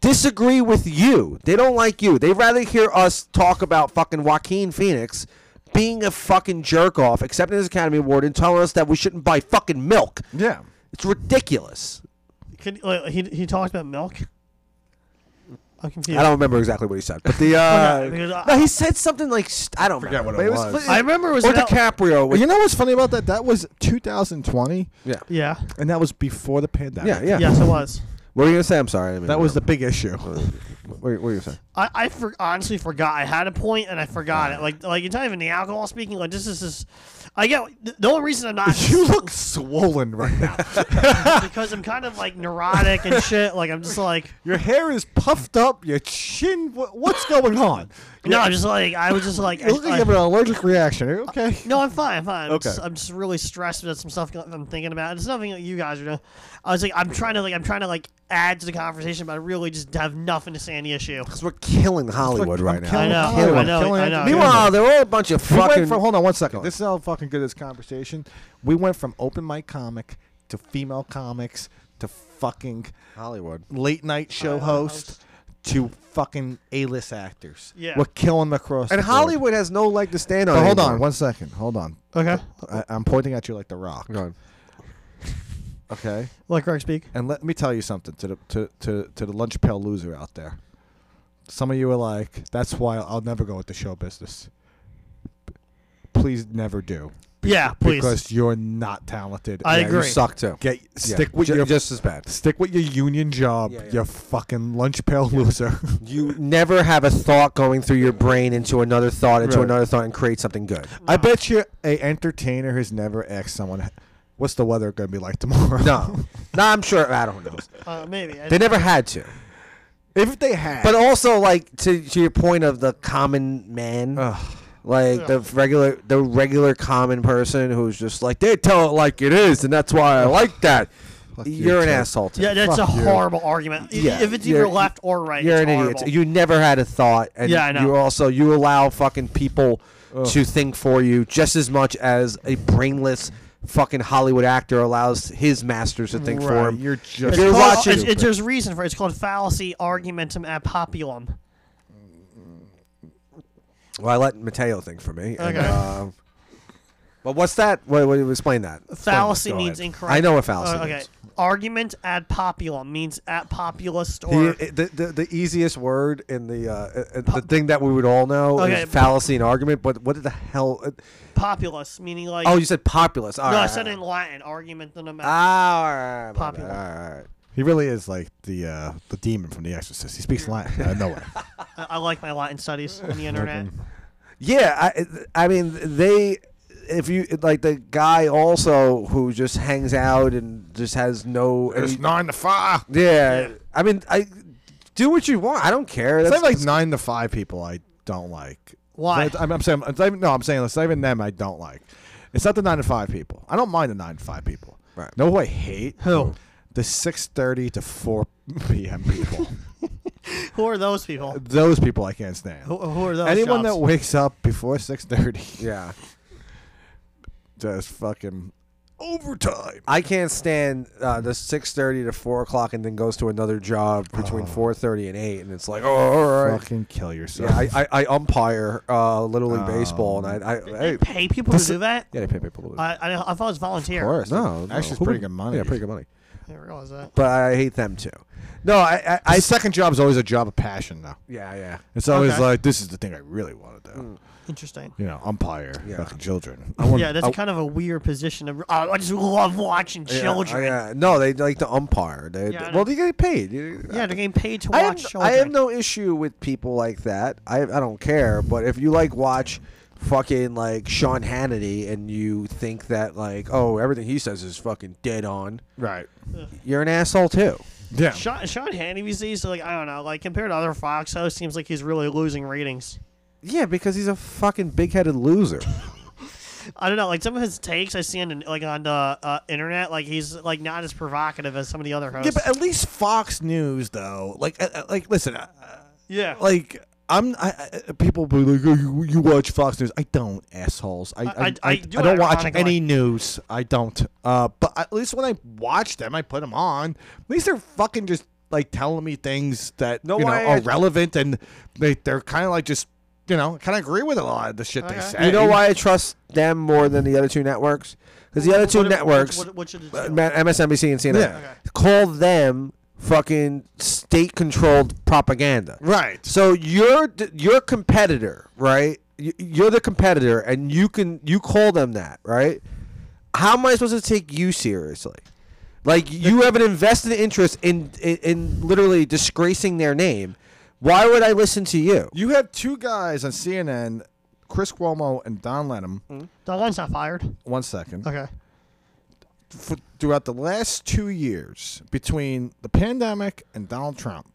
S3: disagree with you. They don't like you. They'd rather hear us talk about fucking Joaquin Phoenix being a fucking jerk off, accepting his Academy Award, and telling us that we shouldn't buy fucking milk.
S2: Yeah.
S3: It's ridiculous.
S1: Could, like, he he talked about milk. I'm confused.
S3: I don't remember exactly what he said, but the uh,
S1: Okay, because I-
S3: no, he said something like st- I don't
S2: Forget
S3: remember,
S2: what
S3: but
S2: it was.
S1: I remember it was
S3: or
S1: about-
S3: DiCaprio.
S2: Well,
S3: With,
S2: you know what's funny about that? That was 2020,
S3: yeah,
S1: yeah.
S2: and that was before the pandemic.
S3: yeah, yeah,
S1: Yes, it was.
S3: What were you gonna say? I'm sorry. I didn't
S2: That was the
S3: mean
S2: big issue.
S3: to- What, what were you saying?
S1: I, I for, honestly forgot I had a point and I forgot it. Like like it's not even the alcohol speaking. Like this is just I get the- the only reason I'm not
S2: You look swollen right now.
S1: because I'm kind of like neurotic and shit. Like I'm just like
S2: Your hair is puffed up. Your chin. wha- What's going on?
S1: no, I'm just like I was just like
S2: You're looking
S1: I-
S2: like you have an allergic reaction. Are you okay?
S1: No, I'm fine. I'm fine. I'm,
S2: Okay.
S1: just, I'm just really stressed about some stuff I'm thinking about. It's nothing that you guys are doing. I was like, I'm trying to like, I'm trying to like add to the conversation, but I really just have nothing to say on the issue.
S3: Because we're killing Hollywood right now.
S1: killing I know,
S3: Killing
S1: I
S3: it.
S1: know,
S2: Killing
S1: I
S2: it.
S1: know.
S3: Meanwhile, they're all a bunch of
S2: We
S3: fucking.
S2: went from hold on one second. This is how fucking good this conversation. We went from open mic comic to female comics to fucking
S3: Hollywood.
S2: late night show host to fucking A list actors.
S1: Yeah.
S2: we're killing them across.
S3: And
S2: the board.
S3: Hollywood has no leg to stand on.
S2: But hold on
S3: anymore.
S2: one second. Hold on.
S1: Okay,
S2: I, I'm pointing at you like the Rock.
S3: Go on.
S2: Okay.
S1: let Greg speak.
S2: And let me tell you something to the to, to, to the lunch pail loser out there. Some of you are like, that's why I'll never go into show business. P- Please never do.
S1: Yeah, please.
S2: Because you're not talented.
S1: I
S2: and
S1: agree.
S2: you
S3: You suck too. Yeah.
S2: Get stick with
S3: Ju-
S2: your
S3: just as bad.
S2: stick with your union job.
S3: Yeah, yeah.
S2: You fucking lunch pail loser.
S3: You never have a thought going through your brain into another thought into
S2: Right.
S3: another thought and create something good.
S2: I bet you a entertainer has never asked someone, "What's the weather going to be like tomorrow?"
S3: No, no, I'm sure. I don't know.
S1: uh, maybe. I,
S3: They never had to.
S2: if they had,
S3: But also, like to, to your point of the common man,
S2: Ugh.
S3: like the regular the regular common person who's just like they tell it like it is, and that's why I like that.
S2: Fuck you,
S3: You're an
S2: too.
S3: asshole. Too.
S1: yeah, that's a
S2: Fuck you.
S1: horrible argument. I-
S3: Yeah,
S1: if it's
S3: you're-
S1: either left or right,
S3: You're
S1: it's
S3: an idiot.
S1: horrible.
S3: You never had a thought, and
S1: Yeah, I know.
S3: you also you allow fucking people
S2: Ugh.
S3: to think for you just as much as a brainless fucking Hollywood actor allows his masters to think for
S2: Right,
S3: him.
S2: You're just
S1: It's
S3: you're
S1: called-
S3: watching-
S1: It's, it's, there's reason for it. It's called fallacy argumentum ad populum.
S3: Well, I let Mateo think for me. and,
S1: Okay.
S3: um, but what's that? What, what, explain that.
S1: Fallacy
S2: God.
S1: means
S2: I
S1: incorrect.
S3: know what fallacy
S1: Uh, okay.
S3: means.
S1: Argument ad populum means at populist or
S3: The, the, the, the easiest word in the uh, uh, the thing that we would all know
S1: Okay.
S3: is fallacy and argument. But what the hell? uh,
S1: populus, meaning like.
S3: Oh, you said populist. All
S1: no, I
S3: right,
S1: said
S3: all
S1: it in
S3: right.
S1: Latin. Argumentum ad.
S3: Ah, all right, all right, my bad,
S1: Populist.
S3: all right, all right.
S2: He really is like the uh, the demon from The Exorcist. He speaks Latin out of nowhere.
S1: I, I like my Latin studies on the internet.
S3: Yeah, I I mean they if you like the guy also who just hangs out and just has no any-
S2: It's nine to five.
S3: yeah, I mean I do what you want. I don't care.
S2: It's
S3: That's
S2: not like nine to five people I don't like.
S1: Why?
S2: But I'm, I'm saying it's not even, no. I'm saying it's not even them I don't like. It's not the nine to five people. I don't mind the nine to five people.
S3: Right.
S2: No, who I hate
S1: Who?
S2: the six thirty to four p.m. people.
S1: Who are those people?
S2: those people I can't stand.
S1: Who, who are those?
S2: Anyone that
S1: jobs?
S2: wakes up before six thirty
S3: yeah.
S2: just fucking overtime.
S3: I can't stand uh, the six thirty to four o'clock and then goes to another job between four thirty and eight, and it's like, oh, all right.
S2: Fucking kill yourself.
S3: Yeah, I, I, I umpire uh, little league baseball, and I, I hey,
S1: They pay people to do that.
S3: yeah, they pay people. To do it.
S1: I, I, I thought it was volunteer.
S2: Of course.
S3: no, no,
S2: actually, it's
S3: who
S2: pretty
S3: would-
S2: good money.
S3: Yeah, pretty good money.
S1: I didn't realize that.
S3: But I hate them too. No, I, I, I
S2: My second job is always a job of passion, though.
S3: yeah, yeah.
S2: It's Hmm. always
S1: Okay.
S2: like this is the thing I really want to do.
S1: Interesting.
S2: You know, umpire,
S3: Yeah.
S2: fucking children.
S1: yeah, that's kind of a weird position. To, oh, I just love watching children.
S3: Yeah,
S1: Yeah,
S3: I- yeah. No, they like the umpire. They,
S1: Yeah, I
S3: well,
S1: know.
S3: they get paid. You-
S1: they're getting paid to
S3: I
S1: watch
S3: have,
S1: children.
S3: I have no issue with people like that. I, I don't care. But if you like watch fucking like Sean Hannity and you think that like oh everything he says is fucking dead on,
S2: right.
S3: you're an asshole too.
S2: Yeah.
S1: Sean, Sean Hannity these days, like I don't know, like compared to other Fox hosts, seems like he's really losing ratings.
S3: Yeah, because he's a fucking big headed loser.
S1: I don't know, like some of his takes I see on like on the uh, internet, like he's like not as provocative as some of the other hosts.
S2: Yeah,
S3: uh,
S2: but at least Fox News, though. Like, uh, uh, like, listen, uh, uh,
S1: Yeah.
S2: like. I'm I, I, people be like "Oh, you, you watch Fox News. I don't, assholes. I I,
S1: I- I do
S2: not watch
S1: ironically.
S2: any news. I don't. Uh, but at least when I watch them, I put them on. At least they're fucking just like telling me things that
S3: No,
S2: you know
S3: I-
S2: are relevant, and they they're kind of like just you know kind of agree with a lot of the shit they
S1: Okay.
S2: say.
S3: uh, you know why I trust them more than the other two networks? Because the other two
S1: What- what-
S3: networks,
S1: What, what should it
S3: uh,
S1: do?
S3: Ma- MSNBC and CNN,
S2: Yeah. Okay.
S3: call them fucking state controlled propaganda.
S2: Right.
S3: So you're th- your competitor, right? Y- You're the competitor, and you can you call them that, right? How am I supposed to take you seriously? Like you have an invested interest in in, in literally disgracing their name. Why would I listen to you?
S2: You have two guys on CNN, Chris Cuomo and Don Lenham.
S1: Don Lyon's not fired.
S2: One second.
S1: Okay.
S2: For, throughout the last two years, between the pandemic and Donald Trump,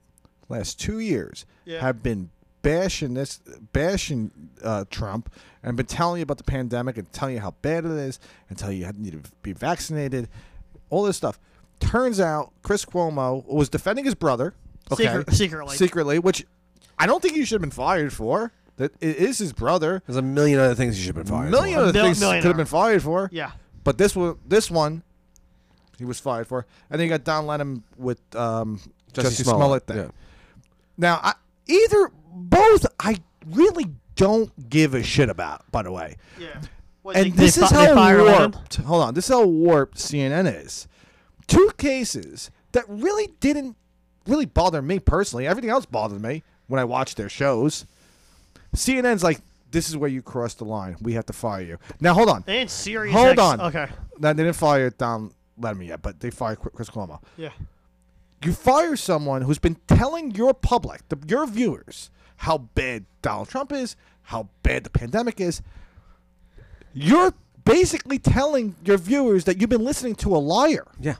S2: last two years
S1: Yeah.
S2: have been bashing this, bashing uh, Trump, and been telling you about the pandemic and telling you how bad it is, and telling you you need to be vaccinated, all this stuff. Turns out Chris Cuomo was defending his brother. Okay,
S1: Secret- secretly.
S2: secretly, which I don't think he should have been fired for. That it is his brother.
S3: There's a million other things you should have been fired.
S2: million
S1: for.
S2: of the
S1: Mil-
S2: things
S1: million
S2: could have
S1: are.
S2: been fired for.
S1: Yeah.
S2: But this was this one, he was fired for, and then you got Don Lenham with um,
S3: Jesse
S2: Jesse,
S3: Smollett,
S2: Smollett, thing.
S3: yeah.
S2: Now, I, either both, I really don't give a shit about. By the way,
S1: Yeah.
S2: and this is how warped. Hold on, this is how warped CNN is. Two cases that really didn't really bother me personally. Everything else bothered me when I watched their shows. CNN's like, this is where you crossed the line. We have to fire you. Now, hold on.
S1: And serious.
S2: Hold
S1: X-
S2: on.
S1: Okay.
S2: Now they didn't fire Don Letterman yet, but they fired Qu- Chris Cuomo.
S1: Yeah.
S2: You fire someone who's been telling your public, the, your viewers, how bad Donald Trump is, how bad the pandemic is. You're basically telling your viewers that you've been listening to a liar.
S3: Yeah.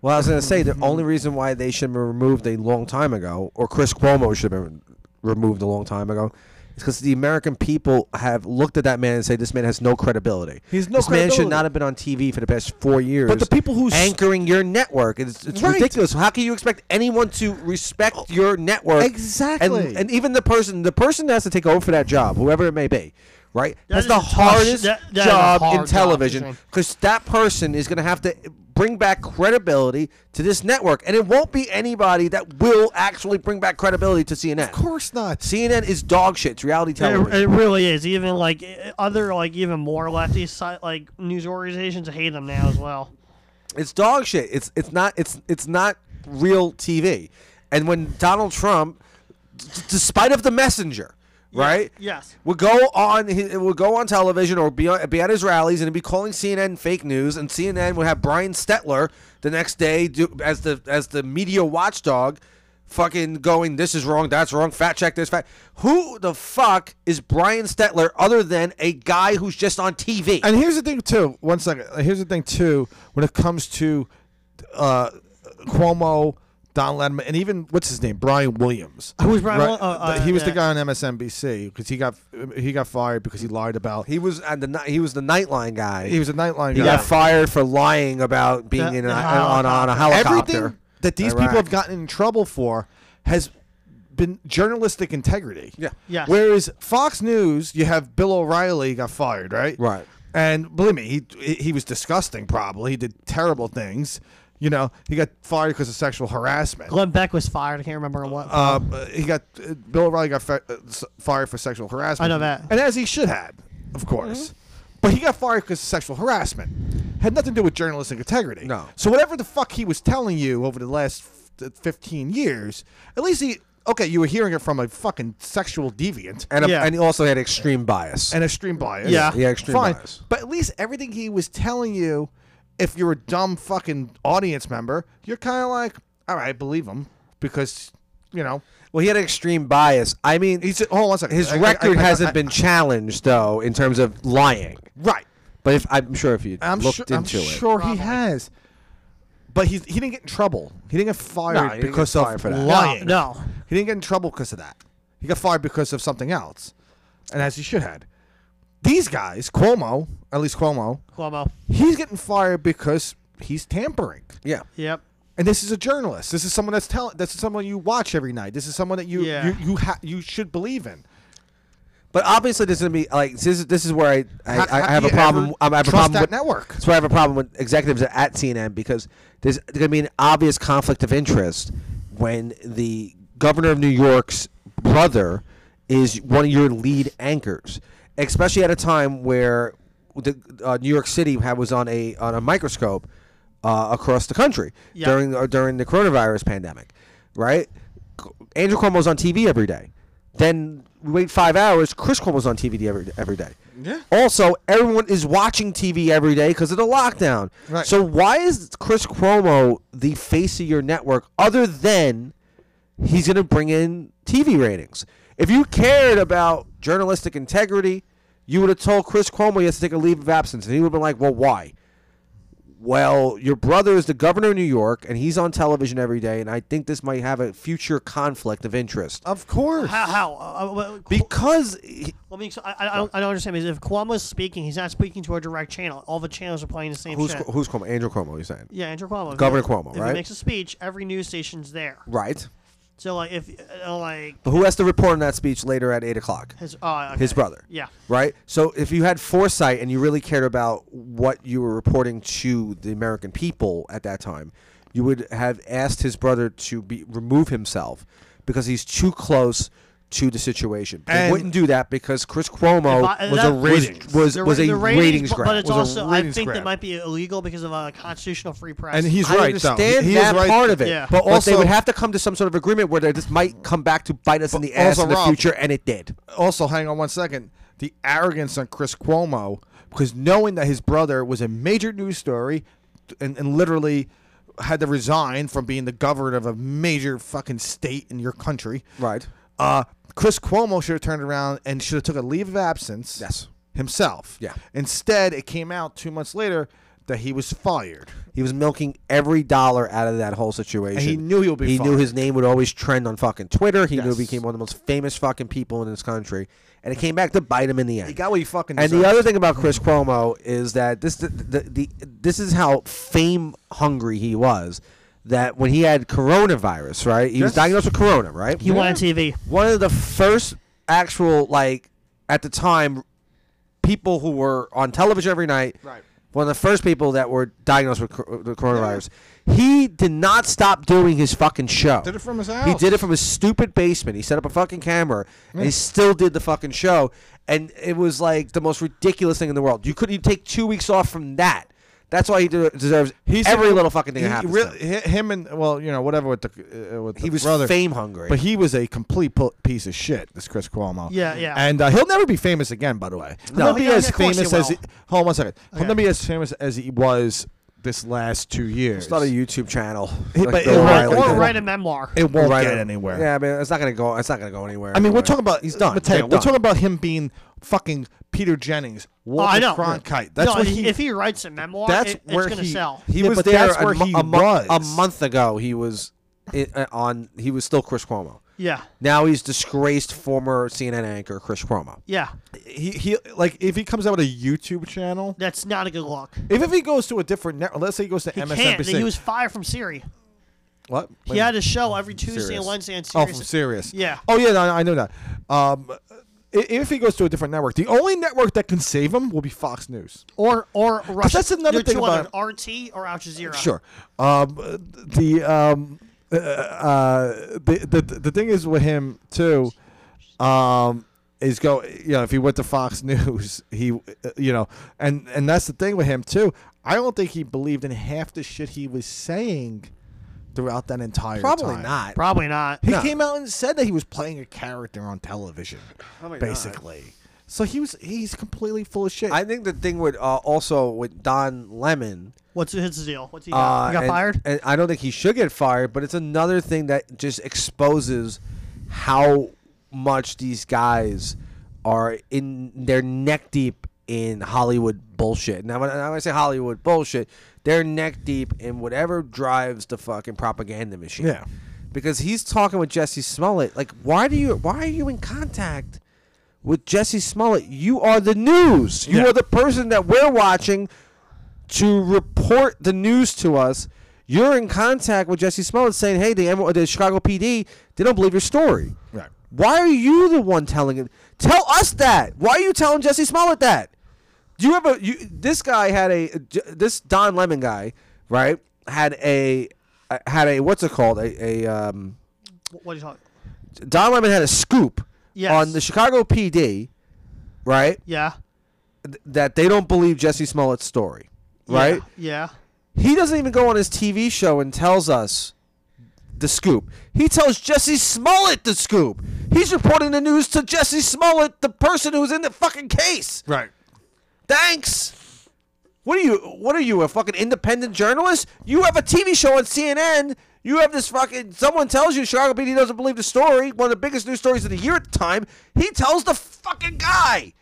S3: Well, I was gonna say the only reason why they should have been removed a long time ago, or Chris Cuomo should have been removed a long time ago, is because the American people have looked at that man and say this man has no credibility.
S2: He's no
S3: This man should
S2: credibility.
S3: not have been on TV for the past four years.
S2: the people who s-
S3: anchoring your network, it's, it's
S2: Right.
S3: ridiculous. How can you expect anyone to
S1: Oh,
S3: respect your network? And,
S2: Exactly.
S3: and even the person, the person that has to take over for that job, whoever it may be. Right,
S1: That
S3: that's
S1: is
S3: the
S1: a tough-
S3: hardest
S1: that- that is a
S3: job
S1: hard
S3: in
S1: job,
S3: television
S1: Shane.
S3: because that person is going to have to bring back credibility to this network, and it won't be anybody that will actually bring back credibility to CNN.
S2: Of course not.
S3: CNN is dog shit. It's reality
S1: It,
S3: television.
S1: it really is. Even like i- other like even more lefty si- like news organizations hate them now as well.
S3: it's dog shit. It's it's not it's it's not real TV. And when Donald Trump, d- despite of the messenger, right?
S1: Yes.
S3: would go on he would go on television or be, on, be at his rallies and he'd be calling CNN fake news and CNN would have Brian Stetler the next day do, as the as the media watchdog fucking going, this is wrong, that's wrong, fact check this, fact. Who the fuck is Brian Stetler other than a guy who's just on TV?
S4: And here's the thing too. One second. Uh, Here's the thing too. When it comes to uh, Cuomo, Don Lemon, and even what's his name, Brian Williams.
S1: Who was Brian Wil- oh,
S4: The-
S1: uh,
S4: he was the
S1: yeah.
S4: guy on MSNBC because he got he got fired because he lied about he,
S3: he was at the ni- he was the Nightline guy.
S4: was a nightline
S3: He
S4: guy.
S3: got fired for lying about being
S1: The-
S3: in a,
S1: the
S3: on, on a helicopter.
S4: Everything that these people
S3: Iraq.
S4: have gotten in trouble for has been journalistic integrity.
S3: Yeah.
S1: Yes.
S4: Whereas Fox News, you have Bill O'Reilly got fired, right?
S3: Right.
S4: And believe me, he he was disgusting. Probably he did terrible things. You know, he got fired because of sexual harassment.
S1: Glenn Beck was fired. I can't remember what.
S4: Um, uh, he got uh, Bill O'Reilly got fi- uh, s- fired for sexual harassment.
S1: I know that. Mm-hmm.
S4: and as he should have, of course. But he got fired because of sexual harassment had nothing to do with journalistic integrity.
S3: No.
S4: So whatever the fuck he was telling you over the last f- fifteen years, at least he okay, you were hearing it from a fucking sexual deviant
S3: And, a,
S1: Yeah.
S3: and he also had extreme bias.
S4: and extreme bias.
S1: Yeah.
S3: Yeah, extreme
S4: Fine.
S3: bias.
S4: But at least everything he was telling you, if you're a dumb fucking audience member, you're kind of like, all right, believe him because you know.
S3: well, he had an extreme bias. I mean,
S4: He's hold on one second.
S3: his
S4: I- I-
S3: record
S4: I- I-
S3: hasn't
S4: I-
S3: been challenged though in terms of lying.
S4: right.
S3: But if I'm sure if you
S4: I'm
S3: looked
S4: sure. I'm
S3: into it,
S4: sure he has. But he's, he didn't get in trouble. He didn't get fired
S3: No, he didn't
S4: because
S3: get
S4: of
S3: fired for that.
S4: lying.
S1: No, no.
S4: he didn't get in trouble because of that. He got fired because of something else, and as he should had. These guys, Cuomo, at least Cuomo,
S1: Cuomo.
S4: he's getting fired because he's tampering.
S3: yeah,
S1: Yep.
S4: And this is a journalist. This is someone that's telling. This is someone you watch every night. This is someone that you
S1: Yeah.
S4: you you, ha- you should believe in.
S3: But obviously, there's gonna be like this. Is, this is where I I,
S4: How-
S3: I,
S4: how
S3: I have
S4: do
S3: a
S4: you
S3: problem.
S4: ever
S3: I have a
S4: trust
S3: problem
S4: that
S3: with
S4: network?
S3: That's why I have a problem with executives at CNN because there's gonna be an obvious conflict of interest when the governor of New York's brother is one of your lead anchors, especially at a time where the uh, New York City had, was on a on a microscope uh, across the country
S1: Yeah.
S3: during uh, during the coronavirus pandemic, right? Andrew Cuomo's on TV every day. Then we wait five hours. Chris Cuomo's on TV every every day.
S4: Yeah.
S3: Also, everyone is watching TV every day because of the lockdown.
S4: Right.
S3: So why is Chris Cuomo the face of your network other than he's going to bring in TV ratings? If you cared about journalistic integrity, you would have told Chris Cuomo he has to take a leave of absence, and he would have been like, "Well, why?" well, your brother is the governor of New York, and he's on television every day, and I think this might have a future conflict of interest
S4: Of course.
S1: How? How? Uh, uh, Cu-
S3: because he-
S1: let me. I, I, I don't. I don't understand. Because if Cuomo's speaking, he's not speaking to a direct channel. All the channels are playing the same
S3: who's
S1: shit.
S3: who's Cuomo? Andrew Cuomo, you're saying?
S1: yeah, Andrew Cuomo. If
S3: Governor
S1: he-
S3: Cuomo,
S1: if
S3: right?
S1: He makes a speech. Every news station's there.
S3: Right.
S1: So like, if uh, like
S3: But who has to report on that speech later at eight o'clock?
S1: his uh, okay.
S3: His brother.
S1: Yeah.
S3: Right. So if you had foresight and you really cared about what you were reporting to the American people at that time, you would have asked his brother to be remove himself because he's too close to the situation. They
S4: And-
S3: wouldn't do that because Chris Cuomo
S1: If I-
S3: Oh, was
S1: uh, that-
S3: a ratings, was,
S1: The
S3: was
S1: ra-
S3: a
S1: the
S3: ratings,
S1: bu-
S3: grab.
S1: But it's
S4: Was a
S1: also, I
S4: ratings
S1: think
S4: grab.
S1: that might be illegal because of a constitutional free press.
S4: and he's
S3: I
S4: right. though.
S3: understand
S4: He is
S3: that
S4: right.
S3: part of it,
S1: Yeah.
S3: but,
S4: But
S3: they would
S4: also-
S3: have to come to some sort of agreement where they- this might come back to bite us in the ass
S4: also,
S3: in the
S4: Rob-
S3: future, and it did.
S4: also hang on one second the arrogance on chris cuomo because knowing that his brother was a major news story and, and literally had to resign from being the governor of a major fucking state in your country
S3: Right.
S4: uh, chris cuomo should have turned around and should have took a leave of absence
S3: Yes.
S4: himself
S3: Yeah.
S4: instead it came out two months later that he was fired
S3: He was milking every dollar out of that whole situation.
S4: And he knew he would be
S3: He knew
S4: fired.
S3: his name would always trend on fucking Twitter. He knew
S4: Yes.
S3: he became one of the most famous fucking people in this country, and it came back to bite him in the end.
S4: he got what he fucking
S3: and the
S4: deserved.
S3: other thing about Chris Cuomo is that this the, the, the this is how fame hungry he was. That when he had coronavirus, right? He was
S4: Yes.
S3: diagnosed with corona, right?
S1: he went on TV.
S3: one of the first actual like at the time people who were on television every night
S4: Right.
S3: one of the first people that were diagnosed with cor- the coronavirus he did not stop doing his fucking show
S4: Did it from his
S3: he
S4: house. Mm.
S3: did it from his stupid basement he set up a fucking camera and he still did the fucking show and it was like the most ridiculous thing in the world you couldn't even take two weeks off from that that's why he de- deserves every little fucking thing
S4: he
S3: that happens
S4: really-
S3: to him.
S4: hi- him and well you know whatever with the uh, with
S3: he
S4: the
S3: was
S4: brother
S3: fame hungry
S4: But he was a complete pu- piece of shit. This Chris Cuomo.
S1: Yeah, yeah.
S4: And uh, he'll never be famous again. By the way, he'll
S1: No.
S4: not be
S1: Yeah,
S4: as
S1: of course he
S4: famous as.
S1: will.
S4: He, hold on one second. He'll
S1: Okay.
S4: not be as famous as he was
S2: this last two years.
S4: Start a YouTube channel.
S2: but it-
S4: Bill
S2: right,
S4: O'Reilly
S1: or
S4: did.
S1: write a memoir.
S2: it won't
S4: Right.
S2: get anywhere.
S4: Yeah, I mean, it's not gonna go. It's not gonna go anywhere.
S2: I mean, we're
S4: anyway.
S2: talking about
S4: he's done.
S2: Mateo,
S4: They're
S2: we're
S4: done.
S2: talking about him being fucking Peter Jennings,
S1: Oh,
S2: Walter
S1: I know.
S2: Cronkite. That's
S1: no,
S2: what
S1: if-
S2: he.
S1: if he writes a memoir,
S2: that's
S1: it- it's
S2: where
S1: gonna
S2: he-
S1: sell.
S4: He
S2: Yeah,
S4: was
S2: but
S4: there
S2: that's
S4: a,
S2: where
S4: mo-
S2: he
S4: a mo-
S2: was.
S4: a month ago. He was i uh, on. He was still Chris Cuomo.
S1: Yeah,
S4: Now he's disgraced former CNN anchor Chris Cuomo.
S1: yeah.
S2: he, he like if he comes out with a YouTube channel.
S1: That's not a good look.
S2: If, if he goes to a different network, let's say he goes to
S1: He can't.
S2: MSNBC.
S1: He was fired from Siri.
S2: what?
S1: He had a show every Tuesday and
S4: Sirius.
S1: Wednesday on
S2: oh,
S1: Sirius.
S2: from Sirius.
S1: Yeah.
S2: Oh yeah, no, I know that. Um, i- if he goes to a different network, the only network that can save him will be Fox News.
S1: Or or Russia.
S2: that's another
S1: They're
S2: thing
S1: two
S2: about-
S1: other, RT or Al Jazeera.
S2: Sure. Um, the um, uh, uh, the, the the thing is with him too, um, is go you know if he went to Fox News he uh, you know and and that's the thing with him too. I don't think he believed in half the shit he was saying throughout that entire
S3: Probably
S2: time.
S3: not.
S1: Probably not.
S2: He came out and said that he was playing a character on television,
S1: Oh
S2: basically. So he was he's completely full of shit.
S3: I think the thing with uh, also with Don Lemon.
S1: What's his deal? What's he got?
S3: Uh,
S1: he got
S3: and-
S1: fired.
S3: And I don't think he should get fired, but it's another thing that just exposes how much these guys are in. They're neck deep in Hollywood bullshit. Now, when I when I say Hollywood bullshit, they're neck deep in whatever drives the fucking propaganda machine.
S2: Yeah.
S3: Because he's talking with Jesse Smollett. Like, why do you? Why are you in contact? With Jesse Smollett, you are the news. You
S2: Yeah.
S3: are the person that we're watching to report the news to us, you're in contact with Jesse Smollett saying, "Hey, the, M- the Chicago PD, they don't believe your story."
S2: Right.
S3: Why are you the one telling it? Tell us that. Why are you telling Jesse Smollett that? Do you ever? You, this guy had a this Don Lemon guy, right? Had a had a what's it called? A, a um,
S1: Wh- What are you talking?
S3: Don Lemon had a scoop
S1: Yes.
S3: on the Chicago PD, right?
S1: Yeah.
S3: Th- That they don't believe Jesse Smollett's story, right?
S1: Yeah.
S3: He doesn't even go on his TV show and tells us the scoop. He tells Jesse Smollett the scoop. He's reporting the news to Jesse Smollett, the person who's in the fucking case.
S2: right.
S3: Thanks. What are you? What are you? A fucking independent journalist? You have a TV show on CNN. You have this fucking. Someone tells you Chicago PD doesn't believe the story. One of the biggest news stories of the year at the time. He tells the fucking guy.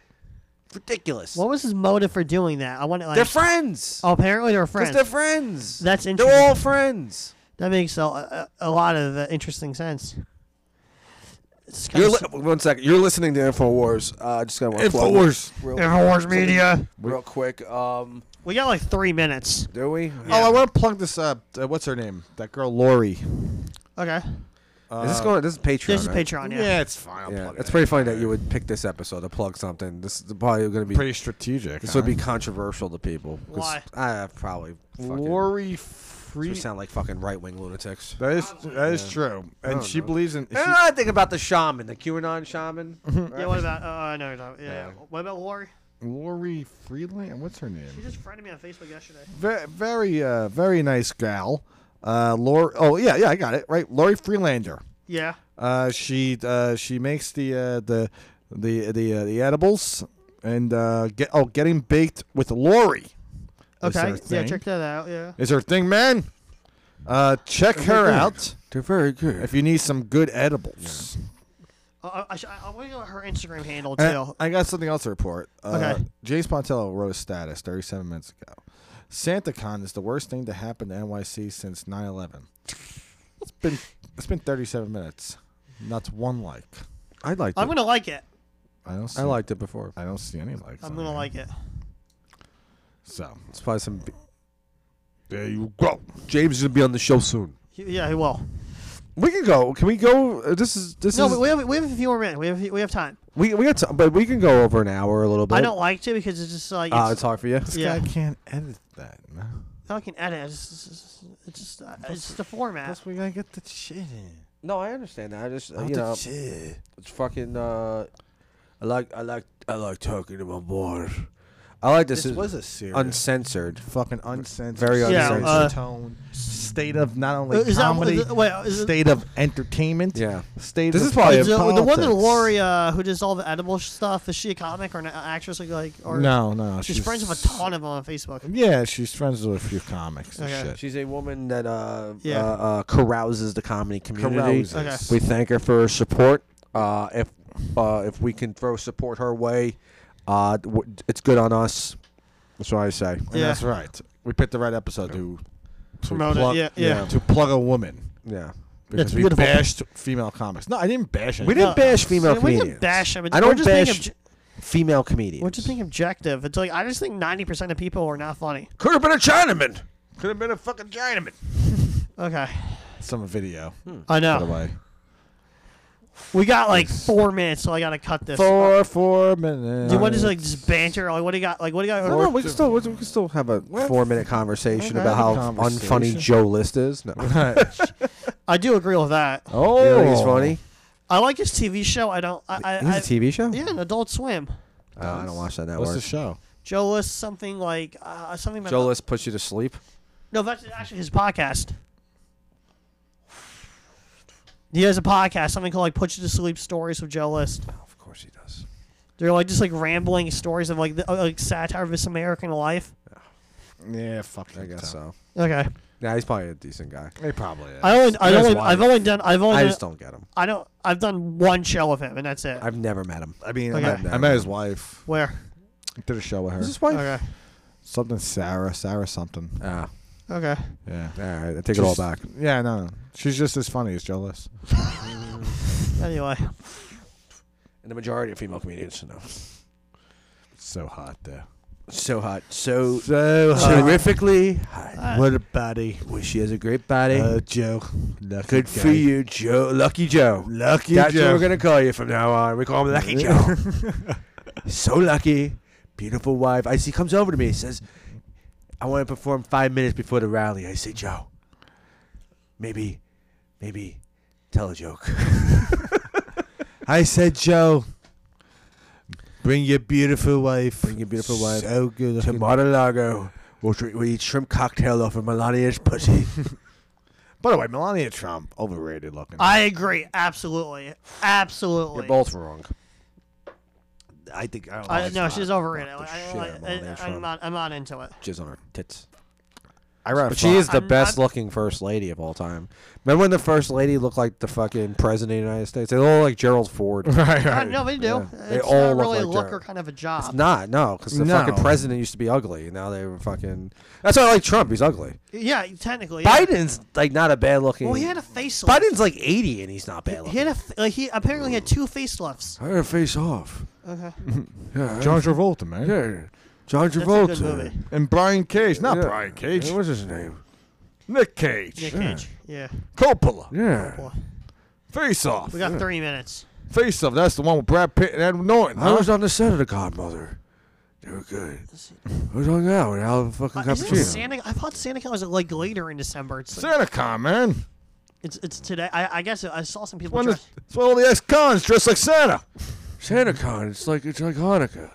S3: Ridiculous.
S1: What was his motive for doing that? I want to like.
S3: they're friends.
S1: Oh, apparently they're friends.
S3: Because they're friends.
S1: That's
S3: They're
S1: interesting.
S3: all friends.
S1: that makes a, a, a lot of uh, interesting sense. It's kinda
S4: You're
S1: s-
S4: li- one second. You're listening to Infowars. Uh, I just gotta want to plug
S2: Infowars.
S1: Infowars Media.
S4: real quick. Um,
S1: We got like three minutes.
S4: do we?
S2: Oh, I want to plug this up. Uh, what's her name? That girl, Lori.
S1: Okay.
S4: is this going? This is Patreon.
S1: This is
S4: right?
S1: Patreon.
S2: Yeah,
S1: Yeah.
S2: it's fine. I'll
S4: Yeah,
S2: plug it.
S4: it's pretty funny that you would pick this episode to plug something. This is probably gonna be.
S2: pretty strategic.
S4: this would be controversial to people. 'cause
S1: Why?
S4: I probably. Fucking,
S2: Lori
S4: we
S2: Free.
S4: sound like fucking right wing lunatics.
S2: That is that is true,
S1: Oh,
S4: Oh,
S2: and she believes in.
S3: And
S2: She,
S3: I think about the shaman, the QAnon shaman.
S4: Mm-hmm.
S1: Yeah. What about? Oh, I know. no, Yeah. yeah. What about Lori?
S2: Lori Freeland. What's her
S1: She
S2: name?
S1: just friended me on Facebook yesterday.
S2: Very, very, uh, very nice gal. Uh, Lori. Oh yeah, yeah, I got it right. Lori Freelander.
S1: Yeah.
S2: Uh, she uh, she makes the uh, the the the uh, the edibles and uh, get oh getting baked with Lori. is
S1: Okay.
S2: her
S1: Yeah.
S2: thing.
S1: Check that out. Yeah.
S2: is her thing, man. Uh, check her out
S4: They're very good.
S2: if you need some good edibles.
S1: Uh, I, I, I want to go her Instagram handle too.
S2: And Eh,
S3: Uh,
S2: I got something else to report. Uh,
S1: Okay.
S2: James Pontello wrote a status 37 minutes ago. SantaCon is the worst thing to happen to NYC since 9/11. It's been it's been 37 minutes. Not one like.
S4: I liked
S1: I'm
S4: it.
S1: gonna like it.
S2: I um, don't. See,
S4: I liked it before.
S2: I don't see any likes.
S1: I'm
S2: on
S1: gonna
S2: there.
S1: like it.
S2: So
S4: It's probably some. b-
S2: there you go.
S4: James is gonna be on the show soon.
S1: He- Yeah, he will.
S4: We can go. Can we go? uh, This is this
S1: No,
S4: is
S1: but we have we have a few more minutes. We have we have time.
S4: we we got time, but we can go over an hour a little bit.
S1: I don't like to because it's just like it's,
S4: Ah, it's hard for you.
S2: This
S1: Yeah.
S2: guy can't edit that. Man.
S1: fucking edit. It's just, it's just, uh, it's just the format.
S2: Plus we gotta get the shit in.
S3: No, I understand that. I just,
S2: Oh,
S3: you
S2: the
S3: know,
S2: shit.
S3: it's fucking. Uh, I like, I like, I like talking to my boys. I like this.
S2: This
S3: is
S2: was a serious.
S3: uncensored.
S2: fucking uncensored,
S3: Very
S1: Yeah, uncensored. uh,
S2: tone, state of not only
S1: Uh, is that-
S2: comedy,
S1: is it- wait, is it-
S2: state of entertainment.
S3: Yeah.
S2: state.
S4: This
S2: of
S4: is probably
S1: Is
S4: a-
S1: it- the one in
S2: politics.
S1: Loria who does all the edible stuff, is she a comic or an actress? Like, like or
S2: No, no,
S1: she's,
S2: she's-
S1: friends with a ton of them on Facebook.
S2: Yeah, she's friends with a few comics and
S1: Okay.
S2: shit.
S3: She's a woman that uh,
S1: Yeah.
S3: uh, uh, carouses the comedy community.
S2: Carouses.
S1: Okay.
S3: We thank her for her support. Uh, if uh, if we can throw support her way, uh, w- it's good on us. That's what I say.
S2: And
S1: Yeah.
S2: that's right. We picked the right episode to, to
S1: Promote it,
S2: plug,
S1: yeah, yeah.
S2: to plug a woman
S3: Yeah.
S2: because we
S1: beautiful.
S2: bashed female comics. No, I didn't bash.
S3: We didn't
S1: No.
S3: bash female
S1: Yeah, we
S3: comedians.
S1: didn't bash them. It's-
S3: I
S1: we're
S3: don't
S1: just being
S3: bash
S1: obje-
S3: female comedians.
S1: We're just being objective. It's like I just think ninety percent of people are not funny.
S3: Could have been a Chinaman.
S2: Could have been a fucking Chinaman.
S1: Okay,
S2: Some video,
S1: I
S2: by the
S1: know.
S2: way.
S1: We got like four minutes, so I gotta cut this.
S2: Four, four minutes.
S1: Do you want to like just banter? Like, what do you got? Like, what do you got?
S3: No, no, we can still we can still have a four minute conversation
S2: Okay.
S3: about how
S2: Conversation.
S3: unfunny Joe List is. No. You
S1: I do agree with that.
S2: oh,
S3: know he's funny.
S1: I like his TV show. I don't. I, I,
S3: He's
S1: I-
S3: a TV show.
S1: Yeah, an Adult Swim.
S3: Oh, I don't watch that network.
S2: What's the show?
S1: Joe List something like uh, something. About
S3: Joe List puts you to sleep.
S1: No, that's actually his podcast. He has a podcast, something called like "Put You to Sleep Stories with Joe List."
S3: Of course he does.
S1: They're like just like rambling stories of like the, uh, like satire of this American life.
S2: Yeah, fuck.
S3: I guess so.
S1: Okay,
S3: Yeah, he's probably a decent guy.
S2: It probably is.
S1: I only, I
S2: That's
S1: only,
S2: why.
S1: I've only done, I've only,
S3: I
S1: done-
S3: just don't get him.
S1: I don't, I've done one show of him, and that's it.
S3: I've never met him.
S2: I mean,
S1: Okay.
S2: I, met, I met his wife.
S1: Where?
S2: Did a show with her.
S3: Is this wife?
S1: Okay,
S2: Something Sarah, Sarah something.
S3: Ah,
S1: okay.
S2: Yeah.
S3: all right. I take it all
S2: Just-
S3: back.
S2: Yeah, no, no. She's just as funny as Jealous.
S1: Anyway,
S3: And the majority of female comedians know.
S2: So hot there.
S3: So hot. So
S2: So
S3: terrifically hot.
S1: Uh,
S2: What a body.
S3: Well, she has a great body.
S2: Joe. Lucky
S3: Good for you, Joe. Lucky Joe.
S2: Lucky
S3: That's
S2: Joe.
S3: what we're gonna call you from now on. We call him Lucky Joe. so lucky, beautiful wife. I see comes over to me. He says, "I want to perform five minutes before the rally." I say, "Joe, maybe, maybe, tell a joke."
S2: I said, Joe, bring your beautiful wife.
S3: Bring your beautiful wife
S2: So good.
S3: to
S2: looking.
S3: Mar-a-Lago. We'll, drink, we'll eat shrimp cocktail off of Melania's pussy.
S2: By the way, Melania Trump, overrated looking.
S1: I
S2: I,
S1: agree, absolutely, absolutely.
S3: both wrong.
S2: think, I don't know.
S1: I,
S2: it's
S1: no,
S2: not-
S1: she's overrated. I,
S3: not the
S1: I,
S3: shit
S1: like-
S3: I'm on
S1: I,
S3: there
S1: I'm
S3: from.
S1: not. I'm not into it.
S3: Jizz on her tits.
S2: I read a
S3: But she is the
S1: I'm-
S3: best
S1: I'm-
S3: looking first lady of all time. Remember when the first lady looked like the fucking president of the United States? They look like Gerald Ford.
S2: fu- Right,
S1: I,
S2: right.
S1: no, they do.
S3: Yeah.
S1: It's
S3: They all
S1: not
S3: look
S1: really a
S3: like
S1: look
S3: Jared.
S1: or kind of a job.
S3: It's not, no, because the
S2: No.
S3: fucking president used to be ugly. Now they were fucking. That's why I like Trump. He's ugly.
S1: yeah, technically. yeah.
S3: Biden's like not a bad looking.
S1: Well, he had a facelift.
S3: Biden's like 80 and he's not bad looking.
S1: He had a f- like he apparently had two facelifts.
S3: I had a face off.
S1: Okay,
S3: Yeah.
S2: John Travolta, man.
S3: yeah. John
S1: that's a good movie.
S2: And Brian Cage. Not
S3: Yeah.
S2: Brian Cage.
S3: Yeah, his name?
S2: Nick Cage.
S1: Nick
S3: Sure.
S1: Cage. Yeah.
S2: Coppola.
S3: Yeah.
S1: Boy,
S2: Face Off.
S1: we got three minutes.
S2: Face Off. That's the one with Brad Pitt and Edward Norton.
S3: I
S2: huh?
S3: was on the set of The Godmother. They were good. I was hung out with Alan fucking
S1: Uh,
S3: Cappuccino.
S1: isn't it Santa? I thought Santa Claus was like later in December. It's like,
S2: Santa Con, man.
S1: it's, it's today. I, I guess I saw some people.
S2: When
S1: try-
S2: is, it's when all the ex-cons dressed like Santa.
S3: Santa Con, it's like it's like Hanukkah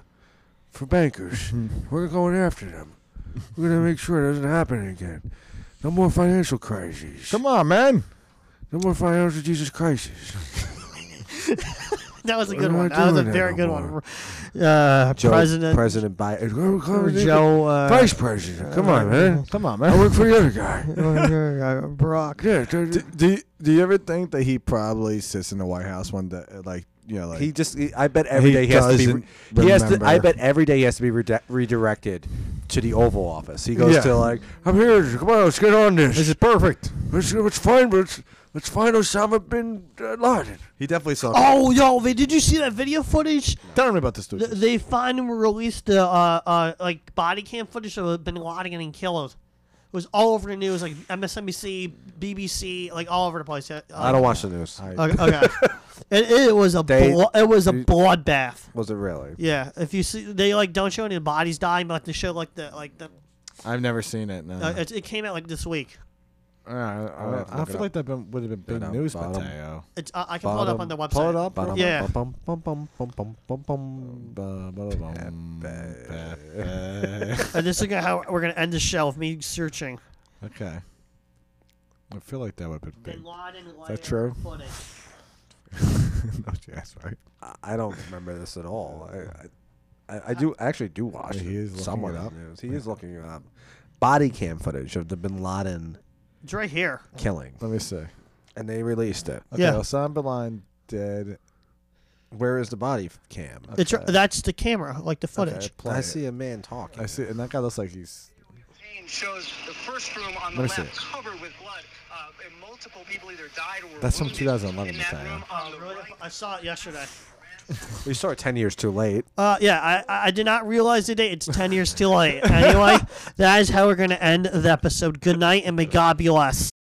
S3: for bankers. We're going after them. We're gonna make sure it doesn't happen again. No more financial crises.
S2: Come on, man.
S3: No more financial Jesus crises.
S1: that was a
S3: We're
S1: good one.
S3: not
S1: That was a
S3: doing that
S1: very
S3: no
S1: good
S3: more.
S1: one. Uh, President
S3: President Biden. We're
S1: or
S3: going to-
S1: Joe. Uh,
S3: Vice President. Come on, man.
S2: Come on,
S3: I
S2: man.
S3: work for the other guy.
S1: uh, Brock.
S3: Yeah.
S2: Do, do, you- do you ever think that he probably sits in the White House one day, uh, like, you know, like...
S3: He just. He, I bet
S2: He
S3: every day he, has to be.
S2: doesn't
S3: re- He has to. I
S2: remember.
S3: bet every day he has to be rede- redirected to the Oval Office. He goes
S2: Yeah.
S3: to like, I'm here. Come on, let's get on this.
S2: this is perfect.
S3: Let's, let's find let's, let's find Osama bin uh, Laden.
S2: He definitely saw...
S1: Oh, yo, they, did you see that video footage?
S2: Tell me about this dude.
S1: Th- They find and released the uh, uh, like body cam footage of Bin Laden getting killed. It was all over the news, like MSNBC, BBC, like all over the place. Uh,
S3: I don't watch the news.
S1: Okay, okay. it, it was a
S3: They-
S1: blo- it was a bloodbath.
S3: Was it really?
S1: Yeah, if you see, they like don't show any bodies dying, but like, they show like the like the
S2: I've never seen it, no.
S1: uh, it, it came out like this week.
S2: Uh, I,
S3: have to
S2: I,
S3: look it
S2: feel
S3: up.
S2: like that been, would have been big
S3: Bottom,
S2: news,
S3: bottom.
S2: Mateo.
S1: It's I, I can pull it up on the website.
S2: Pull it up.
S3: Bottom-
S1: Yeah.
S3: bum, bum, bum, bum, bum, bum, bum, bum.
S2: Pepe.
S1: And this is gonna how we're gonna end the show with me searching.
S2: okay. I feel like that would have been
S1: Bin
S2: big.
S1: Laden layered
S2: that true?
S1: footage.
S2: no chance, right?
S3: I- I don't remember this at all. I, I, I do actually do watch
S2: Yeah, he is looking
S3: somewhat
S2: it
S3: of
S2: up.
S3: the news. He is looking it up. Body cam footage of the Bin Laden
S1: It's right here.
S3: killing,
S2: Let me see. Okay,
S3: and they released it.
S1: Yeah.
S2: Osama bin Laden dead.
S3: Where is the body f- cam?
S1: It's r- that's the camera, like the
S2: Okay,
S1: footage.
S2: play
S3: I
S2: it.
S3: see a man talking.
S2: I see, and that guy looks like he's.
S5: Pain shows the first room on the
S3: Let me see
S5: left
S3: it.
S5: covered with blood, uh, and multiple people either died or were
S2: That's from
S5: wounded.
S2: 2011
S5: In
S2: this
S5: that
S2: time,
S5: room on the right,
S1: Oh, I saw it yesterday.
S3: We saw it ten years too late.
S1: Uh, yeah, I- I, I did not realize the date. It's 10 years too late. Anyway, that is how we're going to end the episode. Good night, and may God be blessed.